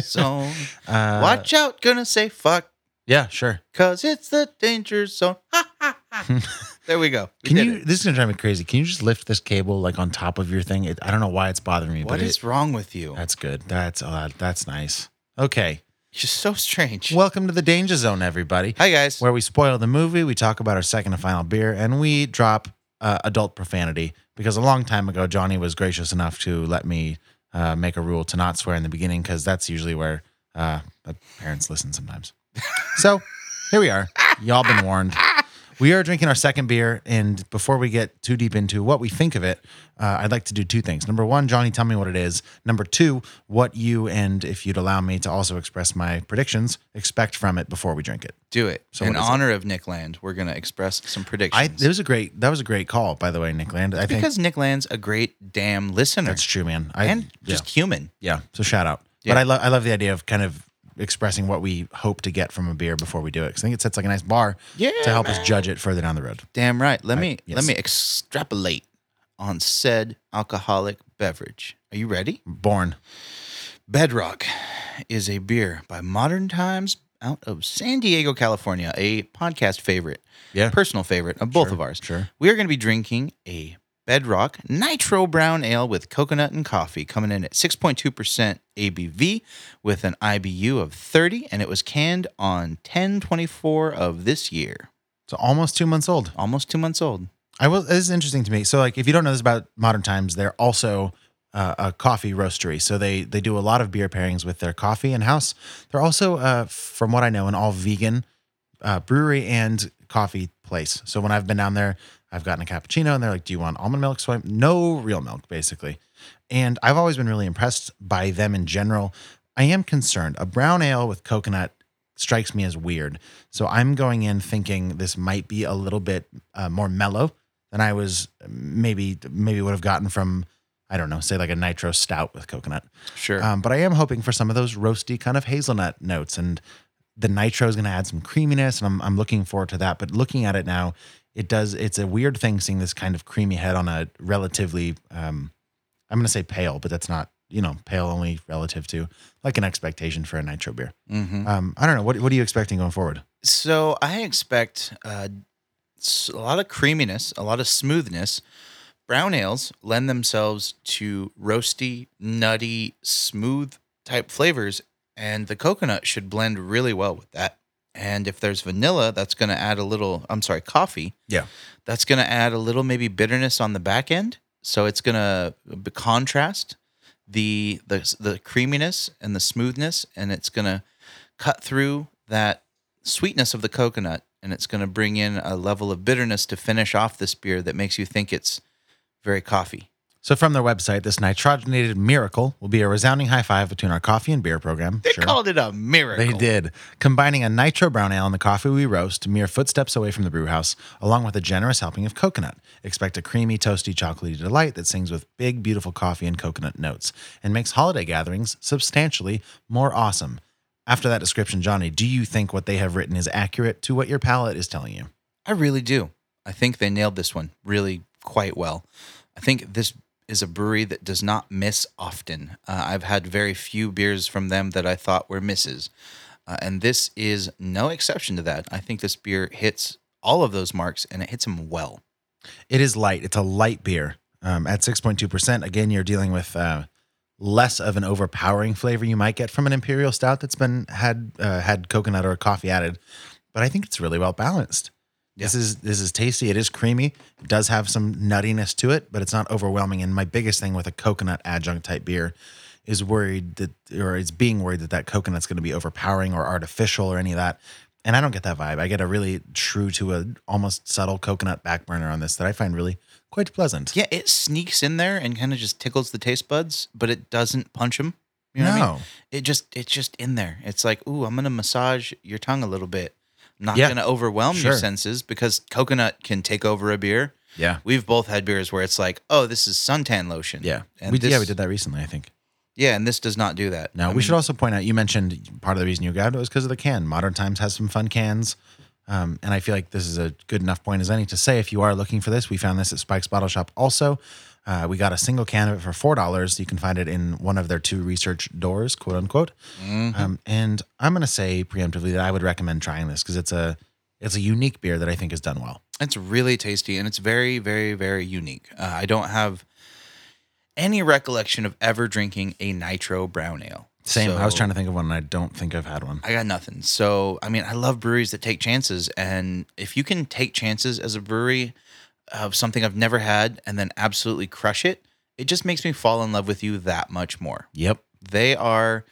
Speaker 6: zone.
Speaker 5: Uh,
Speaker 6: Watch out, gonna say fuck,
Speaker 5: Yeah, sure.
Speaker 6: cause it's the danger zone. Ha ha ha. there we go. We
Speaker 5: Can
Speaker 6: did
Speaker 5: you?
Speaker 6: it.
Speaker 5: This is gonna drive me crazy. Can you just lift this cable like on top of your thing? It, I don't know why it's bothering me.
Speaker 6: What
Speaker 5: but
Speaker 6: is
Speaker 5: it-
Speaker 6: wrong with you?
Speaker 5: That's good. That's uh, that's nice. Okay.
Speaker 6: It's just so strange.
Speaker 5: Welcome to the Danger Zone, everybody.
Speaker 6: Hi guys.
Speaker 5: Where we spoil the movie, we talk about our second and final beer, and we drop uh, adult profanity. Because a long time ago, Johnny was gracious enough to let me uh, make a rule to not swear in the beginning, because that's usually where uh, my parents listen sometimes. so here we are. Y'all been warned. We are drinking our second beer, and before we get too deep into what we think of it, uh, I'd like to do two things. Number one, Johnny, tell me what it is. Number two, what you and if you'd allow me to also express my predictions, expect from it before we drink it.
Speaker 6: Do it.
Speaker 5: So
Speaker 6: in
Speaker 5: what is it?
Speaker 6: honor of Nick Land, we're gonna express some
Speaker 5: I
Speaker 6: predictions.
Speaker 5: it was a great that was a great call by the way, Nick Land. I think
Speaker 6: because Nick Land's a great damn listener.
Speaker 5: that's true, man. I,
Speaker 6: and just human.
Speaker 5: yeah. yeah, so shout out.
Speaker 6: Yeah.
Speaker 5: But I love I love the idea of kind of expressing what we hope to get from a beer before we do it. 'Cause I think it sets like a nice bar
Speaker 6: Yeah,
Speaker 5: to help us judge it further down the road.
Speaker 6: Damn right. Let
Speaker 5: I-
Speaker 6: me
Speaker 5: yes.
Speaker 6: let me extrapolate on said alcoholic beverage. Are you ready?
Speaker 5: Born.
Speaker 6: Bedrock is a beer by Modern Times out of San Diego, California, a podcast favorite,
Speaker 5: Yeah.
Speaker 6: personal favorite of both of ours.
Speaker 5: Sure.
Speaker 6: We are going to be drinking a Bedrock Nitro Brown Ale with coconut and coffee, coming in at 6.2% ABV with an IBU of 30, and it was canned on 1024 of this year,
Speaker 5: So almost two months old.
Speaker 6: almost two months old.
Speaker 5: I will. This is interesting to me. So, like, if you don't know this about Modern Times, they're also uh, a coffee roastery. So they they do a lot of beer pairings with their coffee in house. They're also, uh, from what I know, an all vegan uh, brewery and coffee place. So when I've been down there, I've gotten a cappuccino, and they're like, "Do you want almond milk?" So I'm no real milk, basically. And I've always been really impressed by them in general. I am concerned. A brown ale with coconut strikes me as weird. So I'm going in thinking this might be a little bit uh, more mellow than I was maybe maybe would have gotten from I don't know, say like a nitro stout with coconut.
Speaker 6: Sure.
Speaker 5: Um, but I am hoping for some of those roasty kind of hazelnut notes, and the nitro is going to add some creaminess, and I'm I'm looking forward to that. But looking at it now, it does. It's a weird thing seeing this kind of creamy head on a relatively um, I'm going to say pale, but that's not you know pale only relative to like an expectation for a nitro beer.
Speaker 6: mm-hmm.
Speaker 5: Um, I don't know. What what are you expecting going forward?
Speaker 6: So I expect uh, s- a lot of creaminess, a lot of smoothness. Brown ales lend themselves to roasty, nutty, smooth type flavors, and the coconut should blend really well with that. And if there's vanilla, that's going to add a little, I'm sorry, coffee.
Speaker 5: Yeah.
Speaker 6: That's going to add a little maybe bitterness on the back end. So it's going to contrast the, the the creaminess and the smoothness and it's going to cut through that sweetness of the coconut and it's going to bring in a level of bitterness to finish off this beer that makes you think it's very coffee.
Speaker 5: So from their website, this nitrogenated miracle will be a resounding high five between our coffee and beer program.
Speaker 6: They
Speaker 5: Sure.
Speaker 6: called it a miracle.
Speaker 5: They did. Combining a nitro brown ale and the coffee we roast, mere footsteps away from the brew house, along with a generous helping of coconut. Expect a creamy, toasty, chocolatey delight that sings with big, beautiful coffee and coconut notes and makes holiday gatherings substantially more awesome. After that description, Johnny, do you think what they have written is accurate to what your palate is telling you?
Speaker 6: I really do. I think they nailed this one really quite well. I think this is a brewery that does not miss often. Uh, I've had very few beers from them that I thought were misses. Uh, and this is no exception to that. I think this beer hits all of those marks and it hits them well.
Speaker 5: It is light. It's a light beer um, at 6.2%. Again, you're dealing with uh, less of an overpowering flavor you might get from an imperial stout that's been had uh, had coconut or coffee added. But I think it's really well balanced. This is this is tasty. It is creamy. It does have some nuttiness to it, but it's not overwhelming. And my biggest thing with a coconut adjunct type beer is worried that, or it's being worried that that coconut's going to be overpowering or artificial or any of that. And I don't get that vibe. I get a really true to a almost subtle coconut back burner on this that I find really quite pleasant.
Speaker 6: Yeah, it sneaks in there and kind of just tickles the taste buds, but it doesn't punch them. You know what I mean?
Speaker 5: No.
Speaker 6: It just it's just in there. It's like, ooh, I'm gonna massage your tongue a little bit. I'm not
Speaker 5: Yeah,
Speaker 6: gonna overwhelm your
Speaker 5: sure.
Speaker 6: senses because coconut can take over a beer.
Speaker 5: Yeah.
Speaker 6: We've both had beers where it's like, oh, this is suntan lotion.
Speaker 5: Yeah.
Speaker 6: And
Speaker 5: we,
Speaker 6: this,
Speaker 5: yeah, we did that recently, I think.
Speaker 6: Yeah, and this does not do that.
Speaker 5: Now, we should also point out you mentioned part of the reason you grabbed it was because of the can. Modern Times has some fun cans. Um, and I feel like this is a good enough point as any to say if you are looking for this, we found this at Spike's Bottle Shop also. Uh, we got a single can of it for $4. You can find it in one of their two research doors, quote unquote.
Speaker 6: Mm-hmm.
Speaker 5: Um, and I'm going to say preemptively that I would recommend trying this because it's a it's a unique beer that I think is done well.
Speaker 6: It's really tasty and it's very, very, very unique. Uh, I don't have any recollection of ever drinking a nitro brown ale.
Speaker 5: Same. I was
Speaker 6: So-
Speaker 5: trying to think of one, and I don't think I've had one.
Speaker 6: I got nothing. So, I mean, I love breweries that take chances. And if you can take chances as a brewery of something I've never had and then absolutely crush it, it just makes me fall in love with you that much more.
Speaker 5: Yep.
Speaker 6: They are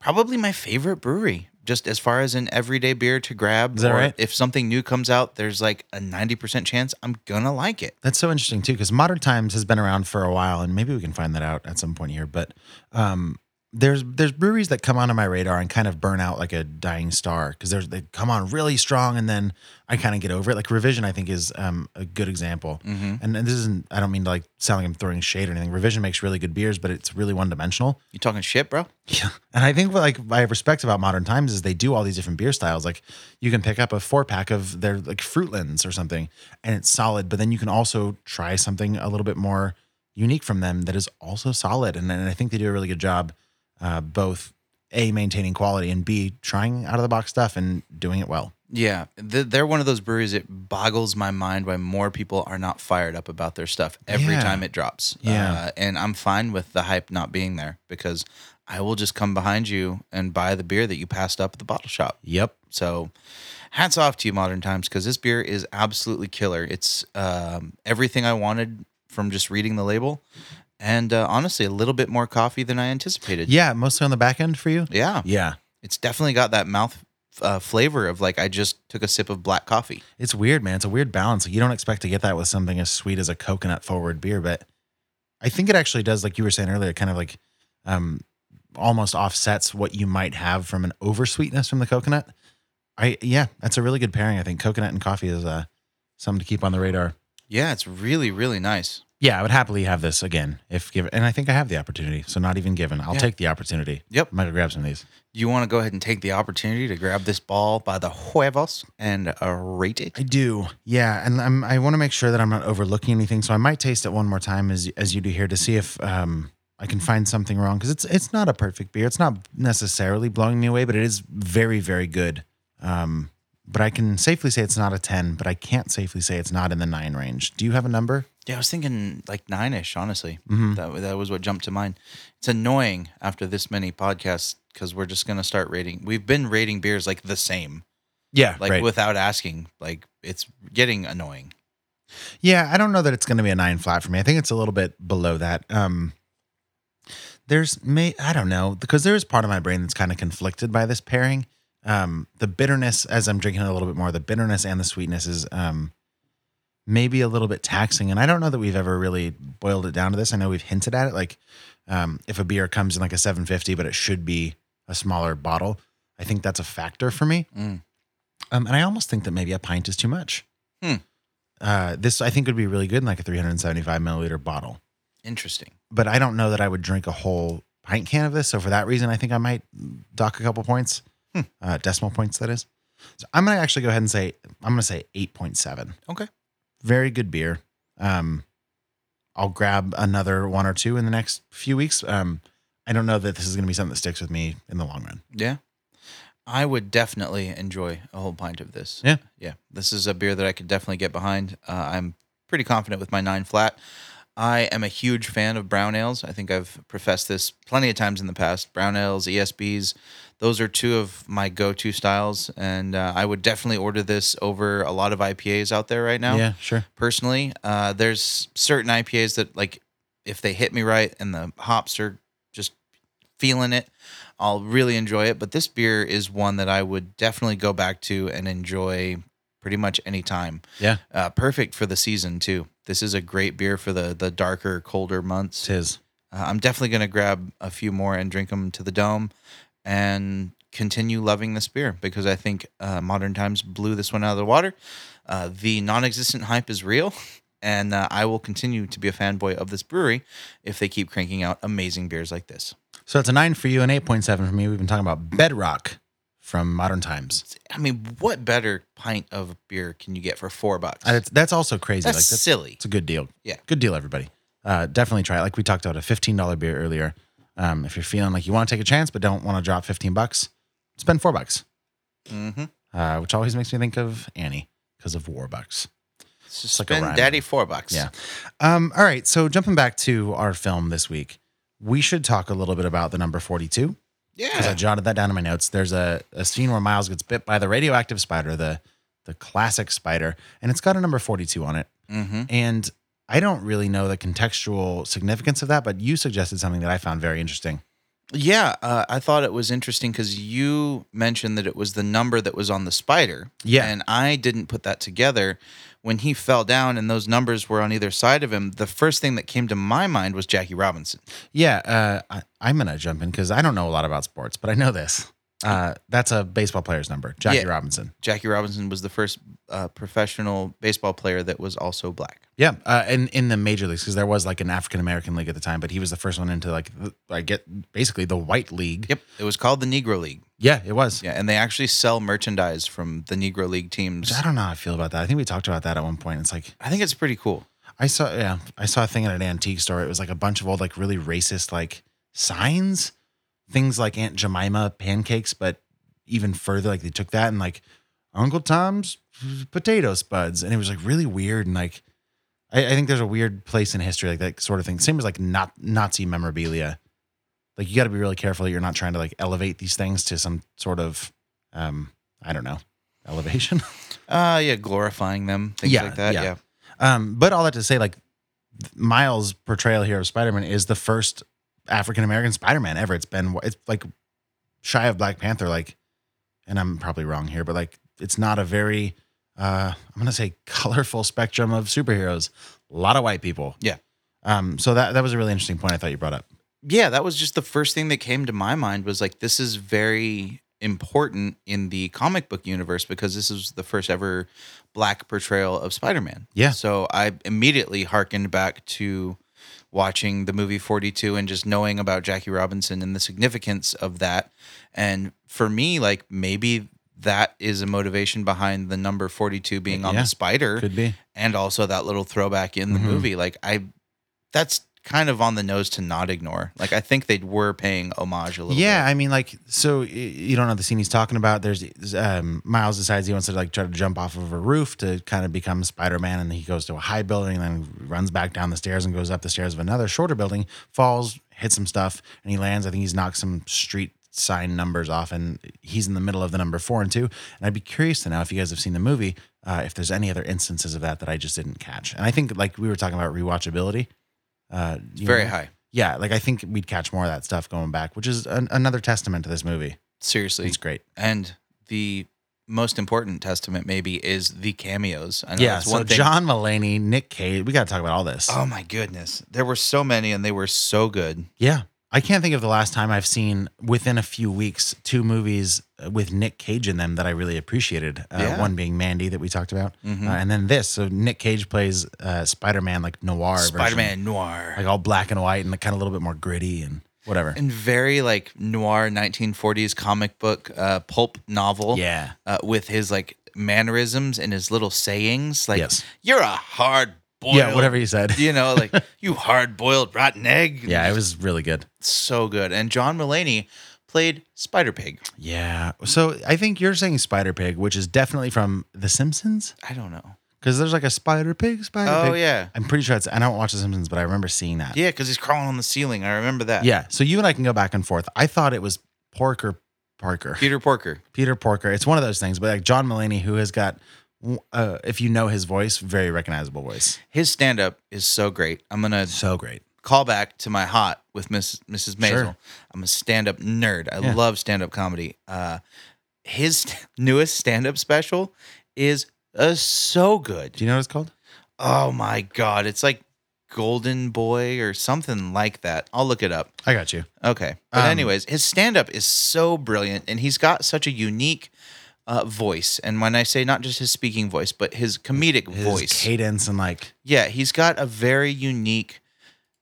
Speaker 6: probably my favorite brewery, just as far as an everyday beer to grab.
Speaker 5: Is that
Speaker 6: or
Speaker 5: right?
Speaker 6: If something new comes out, there's like a 90% chance I'm going to like it.
Speaker 5: That's so interesting too, because Modern Times has been around for a while, and maybe we can find that out at some point here. But um, there's there's breweries that come onto my radar and kind of burn out like a dying star because there's they come on really strong, and then I kind of get over it. Like Revision, I think is um, a good example.
Speaker 6: Mhm.
Speaker 5: And, and this isn't I don't mean to like sound like I'm throwing shade or anything. Revision makes really good beers, but it's really one dimensional.
Speaker 6: You talking shit, bro?
Speaker 5: And I think what like I respect about modern times is they do all these different beer styles. Like you can pick up a four pack of their like Fruitlands or something, and it's solid. But then you can also try something a little bit more unique from them that is also solid. And, and I think they do a really good job, uh, both a maintaining quality and b trying out of the box stuff and doing it well.
Speaker 6: Yeah, th- they're one of those breweries. It boggles my mind why more people are not fired up about their stuff every
Speaker 5: Yeah.
Speaker 6: time it drops.
Speaker 5: Yeah.
Speaker 6: uh, and I'm fine with the hype not being there because I will just come behind you and buy the beer that you passed up at the bottle shop.
Speaker 5: Yep.
Speaker 6: So, hats off to you, Modern Times, because this beer is absolutely killer. It's um, everything I wanted from just reading the label, and uh, honestly, a little bit more coffee than I anticipated.
Speaker 5: Yeah, mostly on the back end for you.
Speaker 6: Yeah.
Speaker 5: Yeah.
Speaker 6: It's definitely got that mouth uh, flavor of like I just took a sip of black coffee.
Speaker 5: It's weird, man. It's a weird balance. Like you don't expect to get that with something as sweet as a coconut forward beer, but I think it actually does, like you were saying earlier, it kind of like um almost offsets what you might have from an oversweetness from the coconut. I yeah, that's a really good pairing. I think coconut and coffee is uh something to keep on the radar.
Speaker 6: Yeah, it's really really nice.
Speaker 5: Yeah, I would happily have this again if given and I think I have the opportunity. So not even given. I'll
Speaker 6: Yeah.
Speaker 5: take the opportunity.
Speaker 6: Yep.
Speaker 5: I'm gonna grab some of these.
Speaker 6: You want to go ahead and take the opportunity to grab this ball by the huevos and uh, rate it.
Speaker 5: I do. Yeah, and I'm, I want to make sure that I'm not overlooking anything, so I might taste it one more time as as you do here to see if um, I can find something wrong because it's it's not a perfect beer. It's not necessarily blowing me away, but it is very very good. Um, but I can safely say it's not a ten, but I can't safely say it's not in the nine range. Do you have a number?
Speaker 6: Yeah, I was thinking like nine ish. Honestly,
Speaker 5: Mhm.
Speaker 6: that that was what jumped to mind. It's annoying after this many podcasts because we're just gonna start rating. We've been rating beers like the same,
Speaker 5: Yeah,
Speaker 6: like
Speaker 5: right.
Speaker 6: without asking. Like it's getting annoying.
Speaker 5: Yeah, I don't know that it's going to be a nine flat for me. I think it's a little bit below that. Um, there's may I don't know because there is part of my brain that's kind of conflicted by this pairing. Um, the bitterness as I'm drinking it a little bit more, the bitterness and the sweetness is um, maybe a little bit taxing. And I don't know that we've ever really boiled it down to this. I know we've hinted at it, like um, if a beer comes in like a 750, but it should be a smaller bottle. I think that's a factor for me.
Speaker 6: Mm.
Speaker 5: Um, and I almost think that maybe a pint is too much.
Speaker 6: Hmm.
Speaker 5: Uh, this I think would be really good in like a 375 milliliter bottle,
Speaker 6: Interesting.
Speaker 5: but I don't know that I would drink a whole pint can of this. So for that reason, I think I might dock a couple points, uh, decimal points. That is. So I'm gonna actually go ahead and say I'm gonna say 8.7.
Speaker 6: Okay.
Speaker 5: Very good beer. Um, I'll grab another one or two in the next few weeks. Um, I don't know that this is gonna be something that sticks with me in the long run.
Speaker 6: Yeah. I would definitely enjoy a whole pint of this.
Speaker 5: Yeah.
Speaker 6: Yeah. This is a beer that I could definitely get behind. Uh, I'm pretty confident with my nine flat. I am a huge fan of brown ales. I think I've professed this plenty of times in the past. Brown ales, ESBs, those are two of my go to styles. And uh, I would definitely order this over a lot of IPAs out there right now
Speaker 5: Yeah, sure.
Speaker 6: personally. Uh, there's certain IPAs that like if they hit me right and the hops are just feeling it, I'll really enjoy it. But this beer is one that I would definitely go back to and enjoy pretty much any time.
Speaker 5: Yeah.
Speaker 6: Uh, perfect for the season too. This is a great beer for the the darker, colder months.
Speaker 5: Tis.
Speaker 6: Uh, I'm definitely gonna grab a few more and drink them to the dome, and continue loving this beer because I think uh, Modern Times blew this one out of the water. Uh, the non-existent hype is real, and uh, I will continue to be a fanboy of this brewery if they keep cranking out amazing beers like this.
Speaker 5: So it's a nine for you and 8.7 for me. We've been talking about Bedrock from Modern Times.
Speaker 6: I mean, what better pint of beer can you get for four bucks?
Speaker 5: Uh, That's, that's also crazy.
Speaker 6: That's silly.
Speaker 5: It's a good deal.
Speaker 6: Yeah.
Speaker 5: Good deal, everybody. Uh, definitely try it. Like we talked about a $15 beer earlier. Um, if you're feeling like you want to take a chance but don't want to drop 15 bucks, spend four bucks,
Speaker 6: Mm-hmm.
Speaker 5: uh, which always makes me think of Annie because of Warbucks.
Speaker 6: It's
Speaker 5: just like a
Speaker 6: Spend
Speaker 5: rhyme.
Speaker 6: daddy four bucks.
Speaker 5: Yeah. Um, all right. So jumping back to our film this week, we should talk a little bit about the number 42.
Speaker 6: Yeah.
Speaker 5: Because I jotted that down in my notes. There's a, a scene where Miles gets bit by the radioactive spider, the the classic spider, and it's got a number 42 on it.
Speaker 6: Mm-hmm.
Speaker 5: And I don't really know the contextual significance of that, but you suggested something that I found very interesting.
Speaker 6: Yeah, uh, I thought it was interesting because you mentioned that it was the number that was on the spider.
Speaker 5: Yeah.
Speaker 6: And I didn't put that together. When he fell down and those numbers were on either side of him, the first thing that came to my mind was Jackie Robinson.
Speaker 5: Yeah, uh, I, I'm gonna jump in because I don't know a lot about sports, but I know this. Uh, that's a baseball player's number, Jackie
Speaker 6: Yeah.
Speaker 5: Robinson.
Speaker 6: Jackie Robinson was the first uh, professional baseball player that was also black.
Speaker 5: Yeah, uh, in in the major leagues because there was like an African American league at the time, but he was the first one into like the- I get basically the white league.
Speaker 6: Yep. It was called the Negro League.
Speaker 5: Yeah, it was.
Speaker 6: Yeah. And they actually sell merchandise from the Negro League teams.
Speaker 5: Which I don't know how I feel about that. I think we talked about that at one point. It's like
Speaker 6: I think it's pretty cool.
Speaker 5: I saw yeah, I saw a thing at an antique store. It was like a bunch of old like really racist like signs, things like Aunt Jemima pancakes, but even further like they took that and like Uncle Tom's potato spuds, and it was like really weird and like I, I think there's a weird place in history like that sort of thing. Same as like not Nazi memorabilia. Like you got to be really careful. that You're not trying to like elevate these things to some sort of um I don't know elevation.
Speaker 6: Uh, yeah. Glorifying them, things like that. Yeah.
Speaker 5: Um, but all that to say, like Miles' portrayal here of Spider Man is the first African American Spider Man ever. It's been it's like shy of Black Panther, like, and I'm probably wrong here, but like it's not a very uh, I'm gonna say colorful spectrum of superheroes. A lot of white people.
Speaker 6: Yeah.
Speaker 5: Um, so that that was a really interesting point I thought you brought up.
Speaker 6: yeah, that was just the first thing that came to my mind was like this is very important in the comic book universe because this is the first ever black portrayal of Spider-Man.
Speaker 5: Yeah.
Speaker 6: So I immediately harkened back to watching the movie 42 and just knowing about Jackie Robinson and the significance of that. And for me like maybe that is a motivation behind the number 42 being on
Speaker 5: Yeah,
Speaker 6: the spider
Speaker 5: Could be.
Speaker 6: and also that little throwback in the
Speaker 5: Mhm.
Speaker 6: movie. Like I, that's kind of on the nose to not ignore. Like I think they were paying homage a little.
Speaker 5: yeah, I mean, like, so y- you don't know the scene he's talking about. There's um, Miles decides he wants to like try to jump off of a roof to kind of become Spider Man, and he goes to a high building, and then runs back down the stairs and goes up the stairs of another shorter building, falls, hits some stuff, and he lands. I think he's knocked some street sign numbers off, and he's in the middle of the number four and two. And I'd be curious to know if you guys have seen the movie, uh, if there's any other instances of that that I just didn't catch. And I think like we were talking about rewatchability. Uh,
Speaker 6: It's
Speaker 5: you
Speaker 6: very
Speaker 5: know?
Speaker 6: high.
Speaker 5: yeah, like I think we'd catch more of that stuff going back, which is an, another testament to this movie.
Speaker 6: Seriously.
Speaker 5: It's great.
Speaker 6: and the most important testament maybe is the cameos. I know
Speaker 5: yeah.
Speaker 6: that's
Speaker 5: So John Mulaney, Nick Cage, we got to talk about all this.
Speaker 6: Oh my goodness. There were so many and they were so good.
Speaker 5: yeah. I can't think of the last time I've seen within a few weeks two movies uh, with Nick Cage in them that I really appreciated. Uh,
Speaker 6: Yeah.
Speaker 5: One being Mandy that we talked about,
Speaker 6: Mhm.
Speaker 5: uh, and then this. So Nick Cage plays uh, Spider Man like noir, version.
Speaker 6: Spider-Man noir.
Speaker 5: like all black and white and kind of a little bit more gritty and whatever.
Speaker 6: and very like noir 1940s comic book uh, pulp novel.
Speaker 5: Yeah.
Speaker 6: uh, with his like mannerisms and his little sayings, like
Speaker 5: Yes.
Speaker 6: "You're a hard boiled,"
Speaker 5: Yeah, whatever he said.
Speaker 6: you know, like "You hard boiled rotten egg."
Speaker 5: Yeah, it was really good.
Speaker 6: so good. And John Mulaney played Spider Pig.
Speaker 5: Yeah. So I think you're saying Spider Pig, which is definitely from The Simpsons.
Speaker 6: I don't know.
Speaker 5: Because there's like a spider pig, spider
Speaker 6: Oh,
Speaker 5: pig.
Speaker 6: yeah.
Speaker 5: I'm pretty sure it's, I don't watch The Simpsons, but I remember seeing that.
Speaker 6: Yeah, because he's crawling on the ceiling. I remember that.
Speaker 5: Yeah. So you and I can go back and forth. I thought it was Porker Parker,
Speaker 6: Peter Porker.
Speaker 5: Peter Porker. It's one of those things, but like John Mulaney, who has got, uh, if you know his voice, very recognizable voice.
Speaker 6: His stand up is so great. I'm gonna
Speaker 5: So great.
Speaker 6: call back to my hot with Miss Mrs. Maisel.
Speaker 5: Sure.
Speaker 6: I'm a stand up nerd. I
Speaker 5: Yeah.
Speaker 6: love stand up comedy. Uh, his st- newest stand up special is uh, so good.
Speaker 5: Do you know what it's called?
Speaker 6: Oh my god, it's like Golden Boy or something like that. I'll look it up.
Speaker 5: I got you.
Speaker 6: Okay. But
Speaker 5: Um,
Speaker 6: anyways, his stand up is so brilliant and he's got such a unique uh, voice. And when I say not just his speaking voice, but his comedic
Speaker 5: His
Speaker 6: voice.
Speaker 5: cadence, and like,
Speaker 6: Yeah, he's got a very unique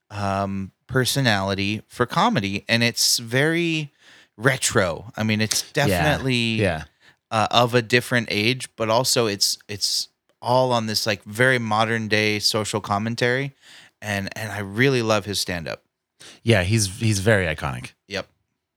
Speaker 6: um, personality for comedy, and it's very retro. I mean, it's definitely
Speaker 5: yeah.
Speaker 6: Uh, of a different age, but also it's it's all on this like very modern day social commentary, and and I really love his stand up.
Speaker 5: Yeah, he's he's very iconic.
Speaker 6: Yep,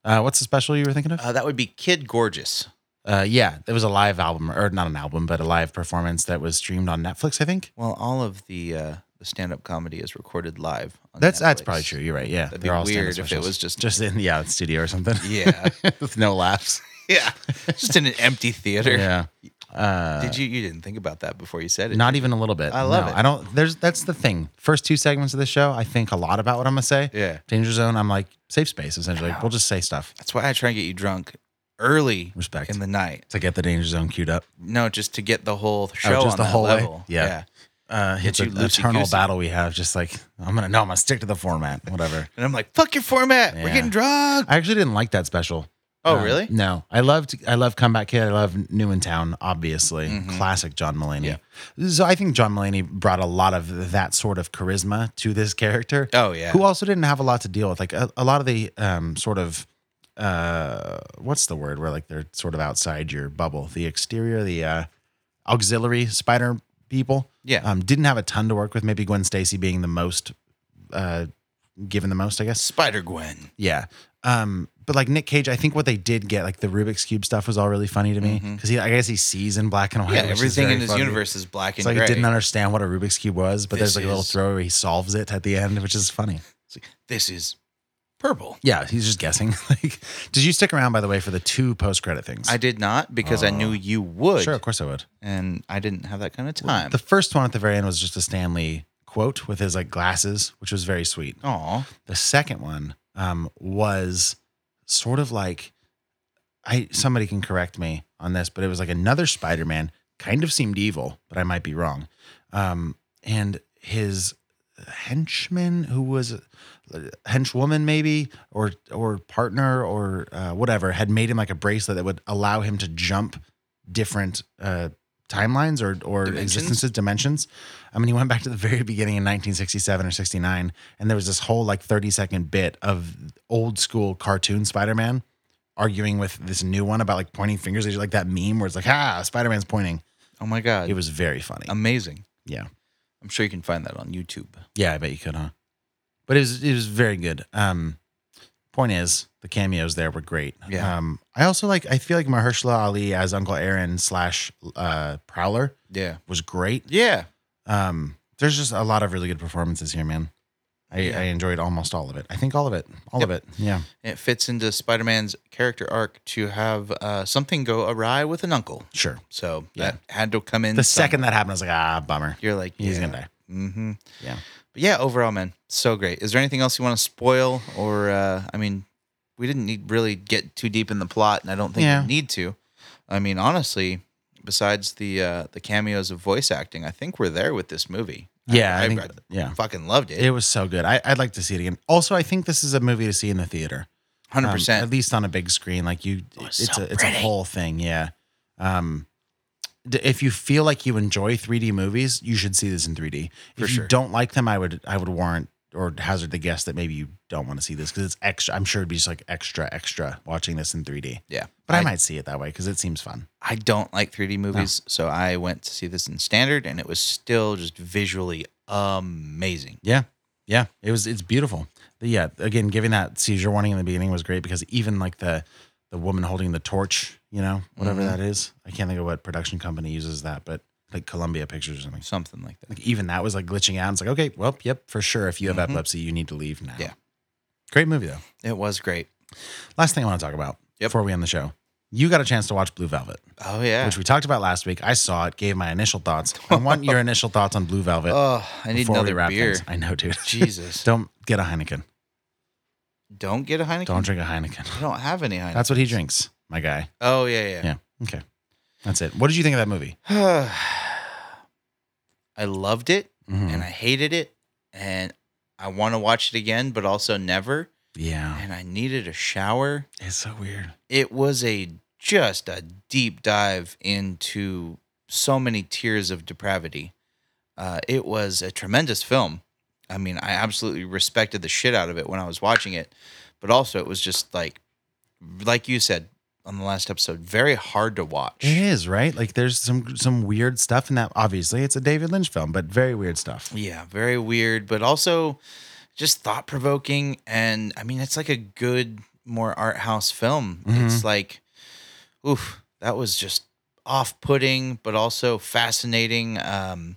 Speaker 5: Uh, what's the special you were thinking of?
Speaker 6: uh, that would be Kid Gorgeous.
Speaker 5: Uh, yeah, it was a live album, or not an album, but a live performance that was streamed on Netflix, I think.
Speaker 6: Well, all of the uh, the stand up comedy is recorded live. On
Speaker 5: That's that's
Speaker 6: Netflix.
Speaker 5: probably true. You're right. Yeah,
Speaker 6: That'd be
Speaker 5: They're all stand-up
Speaker 6: weird if it
Speaker 5: specials.
Speaker 6: was just
Speaker 5: just in yeah the studio or something.
Speaker 6: Yeah.
Speaker 5: with no laughs.
Speaker 6: yeah, just in an empty theater.
Speaker 5: Yeah. Uh,
Speaker 6: Did you you didn't think about that before you said it?
Speaker 5: Not
Speaker 6: did
Speaker 5: even a little bit.
Speaker 6: I love
Speaker 5: No,
Speaker 6: it.
Speaker 5: I don't. There's that's the thing. First two segments of the show, I think a lot about what I'm gonna say.
Speaker 6: Yeah.
Speaker 5: Danger zone. I'm like safe space essentially. We'll just say stuff.
Speaker 6: you? That's why I try and get you drunk early
Speaker 5: Respect
Speaker 6: in the night.
Speaker 5: to get the danger zone queued up.
Speaker 6: No, just to get the whole show
Speaker 5: Oh, just
Speaker 6: on
Speaker 5: the
Speaker 6: that
Speaker 5: whole way?
Speaker 6: level.
Speaker 5: Yeah. Uh,
Speaker 6: Get
Speaker 5: it's
Speaker 6: you
Speaker 5: an eternal
Speaker 6: loosey-goosey.
Speaker 5: battle we have. Just like I'm gonna no, I'm gonna stick to the format. Whatever.
Speaker 6: and I'm like, fuck your format. We're
Speaker 5: Yeah.
Speaker 6: getting drunk.
Speaker 5: I actually didn't like that special.
Speaker 6: Oh,
Speaker 5: Uh,
Speaker 6: really?
Speaker 5: No, I loved I love Comeback Kid. I love New in Town, obviously,
Speaker 6: Mm-hmm.
Speaker 5: classic John Mulaney. So I think John Mulaney brought a lot of that sort of charisma to this character.
Speaker 6: Oh, yeah.
Speaker 5: who also didn't have a lot to deal with. Like a, a lot of the um, sort of uh, what's the word where like they're sort of outside your bubble, the exterior, the uh, auxiliary spider people.
Speaker 6: Yeah.
Speaker 5: um, didn't have a ton to work with. Maybe Gwen Stacy being the most uh, given the most, I guess.
Speaker 6: Spider Gwen.
Speaker 5: Yeah. Um, but like Nick Cage, I think what they did get, like the Rubik's Cube stuff was all really funny to me. Cause he, I guess he sees in black and white.
Speaker 6: Mm-hmm. Yeah,
Speaker 5: which is
Speaker 6: everything
Speaker 5: very
Speaker 6: in his
Speaker 5: funny.
Speaker 6: universe is black and
Speaker 5: So like,
Speaker 6: gray.
Speaker 5: I didn't understand what a Rubik's Cube was, but
Speaker 6: This
Speaker 5: there's like a little
Speaker 6: is-
Speaker 5: throw where he solves it at the end, which is funny.
Speaker 6: It's like, this is purple.
Speaker 5: Yeah, he's just guessing. like, did you stick around by the way for the two post credit things?
Speaker 6: I did not because I knew you would.
Speaker 5: Sure, of course I would.
Speaker 6: And I didn't have that kind of time.
Speaker 5: The first one at the very end was just a Stanley quote with his like glasses, which was very sweet.
Speaker 6: Aw.
Speaker 5: The second one um, was sort of like I somebody can correct me on this, but it was like another Spider-Man kind of seemed evil, but I might be wrong. Um, and his henchman, who was henchwoman maybe, or or partner or uh, whatever, had made him like a bracelet that would allow him to jump different uh, timelines or or
Speaker 6: Dimensions?
Speaker 5: existences dimensions. I mean, he went back to the very beginning in 1967 or 69, and there was this whole like 30 second bit of old school cartoon Spider-Man arguing with this new one about like pointing fingers. It's like that meme where it's like, ah, Spider Man's pointing.
Speaker 6: Oh my God.
Speaker 5: It was very funny.
Speaker 6: Um, amazing.
Speaker 5: yeah.
Speaker 6: I'm sure you can find that on YouTube.
Speaker 5: Yeah, I bet you could, huh? But it was it was very good. Um point is the cameos there were great.
Speaker 6: Yeah.
Speaker 5: Um I also like I feel like Mahershala Ali as Uncle Aaron slash uh Prowler
Speaker 6: Yeah.
Speaker 5: was great.
Speaker 6: Yeah.
Speaker 5: Um there's just a lot of really good performances here, man. I,
Speaker 6: Yeah.
Speaker 5: I enjoyed almost all of it. I think all of it. All of it. Yeah.
Speaker 6: It fits into Spider Man's character arc to have uh, something go awry with an uncle.
Speaker 5: Sure.
Speaker 6: So
Speaker 5: Yeah.
Speaker 6: that had to come in.
Speaker 5: The second that happened, I was like, ah, bummer.
Speaker 6: you're like,
Speaker 5: He's gonna die.
Speaker 6: Mm-hmm.
Speaker 5: Yeah.
Speaker 6: But yeah, overall, man, so great. Is there anything else you want to spoil? Or, uh, I mean, we didn't need really get too deep in the plot, and I don't think
Speaker 5: Yeah.
Speaker 6: we need to. I mean, honestly, besides the uh, the cameos of voice acting, I think we're there with this movie.
Speaker 5: Yeah,
Speaker 6: I,
Speaker 5: I think-
Speaker 6: I
Speaker 5: yeah.
Speaker 6: fucking loved it.
Speaker 5: It um, was so good. I, I'd like to see it again. Also, I think this is a movie to see in the theater.
Speaker 6: 100%.
Speaker 5: Um, at least on a big screen. Like you,
Speaker 6: Oh, it's
Speaker 5: it's,
Speaker 6: so
Speaker 5: a it's a
Speaker 6: pretty.
Speaker 5: whole thing. Yeah. Um, d- if you feel like you enjoy 3D movies, you should see this in 3D.
Speaker 6: For
Speaker 5: if
Speaker 6: sure.
Speaker 5: you don't like them, I would I would warrant or hazard the guess that maybe you don't want to see this because it's extra. I'm sure it'd be just like extra extra watching this in 3D.
Speaker 6: yeah.
Speaker 5: But I, might see it that way because it seems fun.
Speaker 6: I don't like 3D movies, so I went to see this in standard, and it was still just visually amazing.
Speaker 5: Yeah. Yeah. It was it's beautiful. But yeah, again, giving that seizure warning in the beginning was great because even like the the woman holding the torch, you know, whatever
Speaker 6: Mhm.
Speaker 5: that is. I can't think of what production company uses that, but like Columbia Pictures or something.
Speaker 6: Something like that.
Speaker 5: Like even that was like glitching out. It's like, okay, well, yep, for sure. If you have
Speaker 6: Mhm.
Speaker 5: epilepsy, you need to leave now.
Speaker 6: Yeah.
Speaker 5: Great movie though.
Speaker 6: It was great.
Speaker 5: Last thing I want to talk about
Speaker 6: Yep.
Speaker 5: before we end the show. You got a chance to watch Blue Velvet,
Speaker 6: Oh yeah.
Speaker 5: which we talked about last week. I saw it, gave my initial thoughts. I want your initial thoughts on Blue Velvet.
Speaker 6: oh, I need
Speaker 5: before we
Speaker 6: another
Speaker 5: wrap
Speaker 6: beer.
Speaker 5: things. I know, dude.
Speaker 6: Jesus.
Speaker 5: Don't get a Heineken.
Speaker 6: Don't get a Heineken.
Speaker 5: Don't drink a Heineken.
Speaker 6: I don't have any Heineken.
Speaker 5: That's what he drinks, my guy.
Speaker 6: Oh yeah, yeah.
Speaker 5: Yeah. Okay. That's it. What did you think of that movie?
Speaker 6: I loved it
Speaker 5: Mhm.
Speaker 6: and I hated it and I want to watch it again, but also never.
Speaker 5: Yeah.
Speaker 6: And I needed a shower.
Speaker 5: It's so weird.
Speaker 6: It was a just a deep dive into so many tiers of depravity. Uh, it was a tremendous film. I mean, I absolutely respected the shit out of it when I was watching it, but also it was just like, like you said on the last episode, very hard to watch.
Speaker 5: It is right. Like there's some some weird stuff in that. Obviously, it's a David Lynch film, but very weird stuff.
Speaker 6: Yeah, very weird, but also just thought provoking. And I mean, it's like a good, more art house film.
Speaker 5: Mhm.
Speaker 6: It's like, oof, that was just off putting, but also fascinating. Um,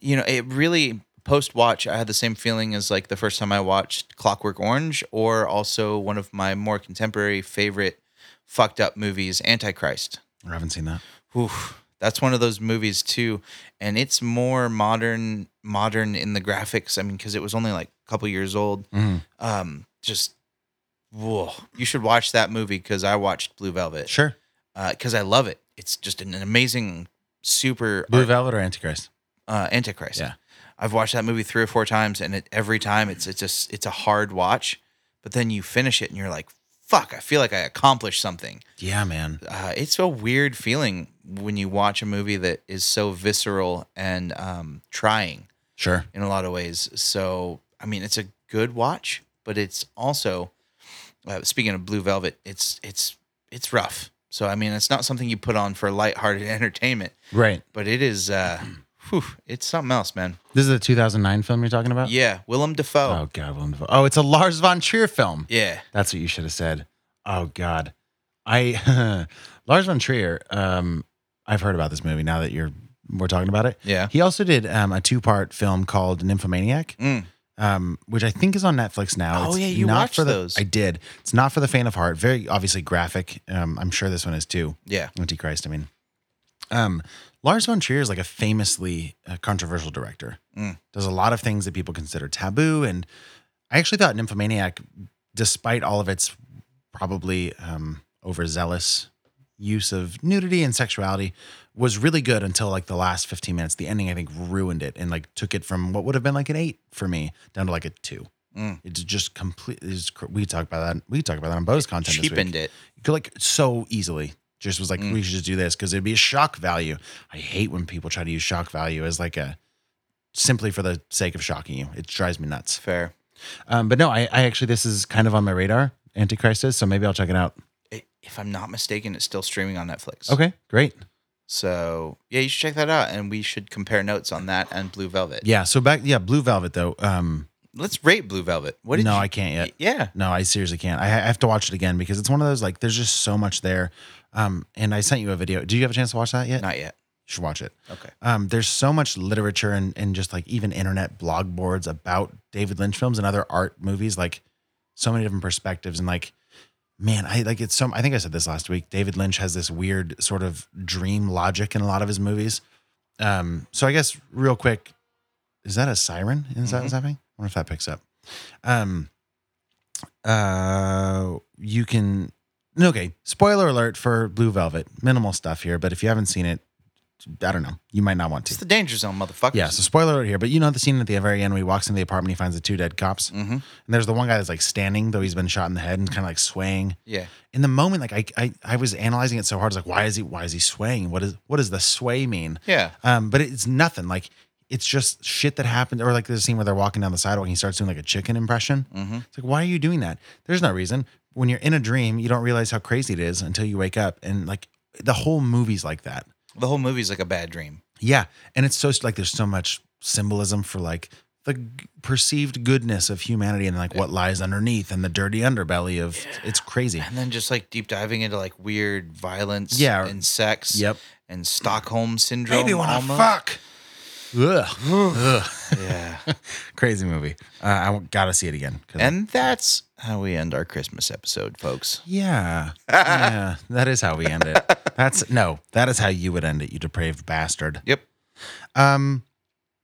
Speaker 6: you know, it really post watch, I had the same feeling as like the first time I watched Clockwork Orange, or also one of my more contemporary favorite fucked up movies, Antichrist.
Speaker 5: I haven't seen that.
Speaker 6: Oof, that's one of those movies too, and it's more modern, modern in the graphics. I mean, because it was only like a couple years old.
Speaker 5: Mhm.
Speaker 6: Um, just whoa, you should watch that movie because I watched Blue Velvet.
Speaker 5: Sure.
Speaker 6: because I love it. It's just an, an amazing, super
Speaker 5: Blue Velvet or Antichrist?
Speaker 6: uh, Antichrist.
Speaker 5: Yeah.
Speaker 6: I've watched that movie three or four times, and it, every time it's it's just it's a hard watch, but then you finish it and you're like, "Fuck!" I feel like I accomplished something.
Speaker 5: Yeah, man.
Speaker 6: Uh, it's a weird feeling when you watch a movie that is so visceral and um, trying
Speaker 5: Sure.
Speaker 6: in a lot of ways. So, I mean, it's a good watch, but it's also uh, speaking of Blue Velvet, it's it's it's rough. So, I mean, it's not something you put on for lighthearted entertainment,
Speaker 5: Right.
Speaker 6: but it is. Uh, whew, it's something else, man.
Speaker 5: This is a 2009 film you're talking about.
Speaker 6: Yeah, Willem Dafoe.
Speaker 5: Oh God, Willem Dafoe. Oh, it's a Lars von Trier film.
Speaker 6: Yeah.
Speaker 5: That's what you should have said. Oh God, I Lars von Trier. Um, I've heard about this movie now that you're we're talking about it.
Speaker 6: Yeah.
Speaker 5: He also did um, a two part film called Nymphomaniac,
Speaker 6: Mm.
Speaker 5: um, which I think is on Netflix now.
Speaker 6: Oh, yeah, you watched
Speaker 5: for the,
Speaker 6: those.
Speaker 5: I did. It's not for the faint of heart. Very obviously graphic. Um, I'm sure this one is too.
Speaker 6: Yeah.
Speaker 5: Antichrist. I mean, um, Lars von Trier is like a famously uh, controversial director.
Speaker 6: Mm.
Speaker 5: Does a lot of things that people consider taboo, and I actually thought Nymphomaniac, despite all of its probably um, overzealous use of nudity and sexuality, was really good until like the last 15 minutes. The ending, I think, ruined it and like took it from what would have been like an eight for me down to like a two.
Speaker 6: Mm.
Speaker 5: It's just completely. it's cr- We talk about that. We talk about that on Bo's content. this week
Speaker 6: Cheapened it.
Speaker 5: could, like so easily just was like we should just do this because it'd be a shock value i hate when people try to use shock value as like a simply for the sake of shocking you it drives me nuts
Speaker 6: fair
Speaker 5: um, but no I, I actually this is kind of on my radar antichrist is so maybe i'll check it out
Speaker 6: It- if I'm not mistaken, it's still streaming on Netflix.
Speaker 5: okay great
Speaker 6: So yeah, you should check that out, and we should compare notes on that and Blue Velvet.
Speaker 5: yeah so back yeah blue velvet though um
Speaker 6: Let's rate Blue Velvet. What did
Speaker 5: no
Speaker 6: you?
Speaker 5: i can't yet
Speaker 6: yeah.
Speaker 5: no i seriously can't I, I have to watch it again because it's one of those like there's just so much there um and i sent you a video do you have a chance to watch that yet
Speaker 6: Not yet.
Speaker 5: You should watch it
Speaker 6: Okay.
Speaker 5: Um, there's so much literature and, and just like even internet blog boards about David Lynch films and other art movies, like so many different perspectives. And like, man, I like it's so, I think I said this last week. David Lynch has this weird sort of dream logic in a lot of his movies. Um, so I guess real quick, is that a siren? Is that what's happening? I wonder if that picks up. Um, uh, you can, okay, spoiler alert for Blue Velvet, minimal stuff here, but if you haven't seen it, I don't know. You might not want to.
Speaker 6: It's the danger zone, motherfuckers.
Speaker 5: Yeah, so spoiler alert here, but you know the scene at the very end where he walks into the apartment, he finds the two dead cops,
Speaker 6: Mhm.
Speaker 5: and there's the one guy that's like standing, though he's been shot in the head and kind of like swaying.
Speaker 6: Yeah.
Speaker 5: In the moment, like I, I, I was analyzing it so hard, I was like, why is he, why is he swaying? What is, what does the sway mean?
Speaker 6: Yeah.
Speaker 5: Um, but it's nothing. Like it's just shit that happened, or like the scene where they're walking down the sidewalk and he starts doing like a chicken impression. It's like, why are you doing that? There's no reason. When you're in a dream, you don't realize how crazy it is until you wake up, and like the whole movie's like that.
Speaker 6: The whole movie's like a bad dream.
Speaker 5: Yeah, and it's so like there's so much symbolism for like the g- perceived goodness of humanity and like what lies underneath and the dirty underbelly of it's crazy.
Speaker 6: And then just like deep diving into like weird violence
Speaker 5: Yeah.
Speaker 6: and sex.
Speaker 5: Yep.
Speaker 6: And Stockholm syndrome.
Speaker 5: Maybe when I
Speaker 6: almost.
Speaker 5: fuck. Ugh. Ugh.
Speaker 6: Yeah.
Speaker 5: crazy movie. Uh, I w- gotta see it again. 'cause-
Speaker 6: and that's how we end our Christmas episode, folks.
Speaker 5: yeah, yeah, that is how we end it. That's no, that is how you would end it, you depraved bastard.
Speaker 6: Yep.
Speaker 5: Um,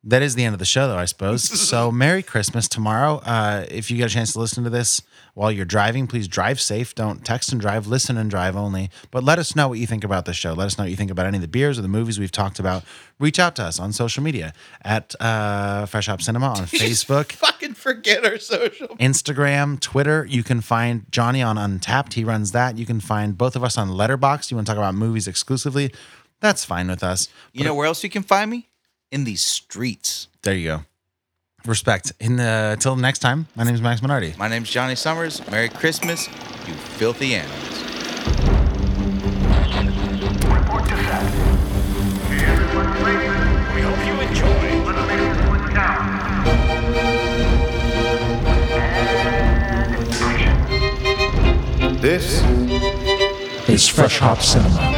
Speaker 5: that is the end of the show, though, I suppose. so, Merry Christmas tomorrow. Uh, if you get a chance to listen to this while you're driving, please drive safe. Don't text and drive, listen and drive only. But let us know what you think about this show. Let us know what you think about any of the beers or the movies we've talked about. Reach out to us on social media at uh, Fresh Hop Cinema on Facebook.
Speaker 6: Fucking forget our social.
Speaker 5: Instagram, Twitter. You can find Johnny on Untapped. He runs that. You can find both of us on Letterbox. You want to talk about movies exclusively? That's fine with us.
Speaker 6: You know where else you can find me? In these streets.
Speaker 5: There you go. Respect. In the till next time. My name is Max Minardi.
Speaker 6: My name's Johnny Summers. Merry Christmas, you filthy animals.
Speaker 2: Report to set. Hey, everyone, please. We hope you enjoy. Eliminate one down.
Speaker 4: It's Fresh Hop Cinema.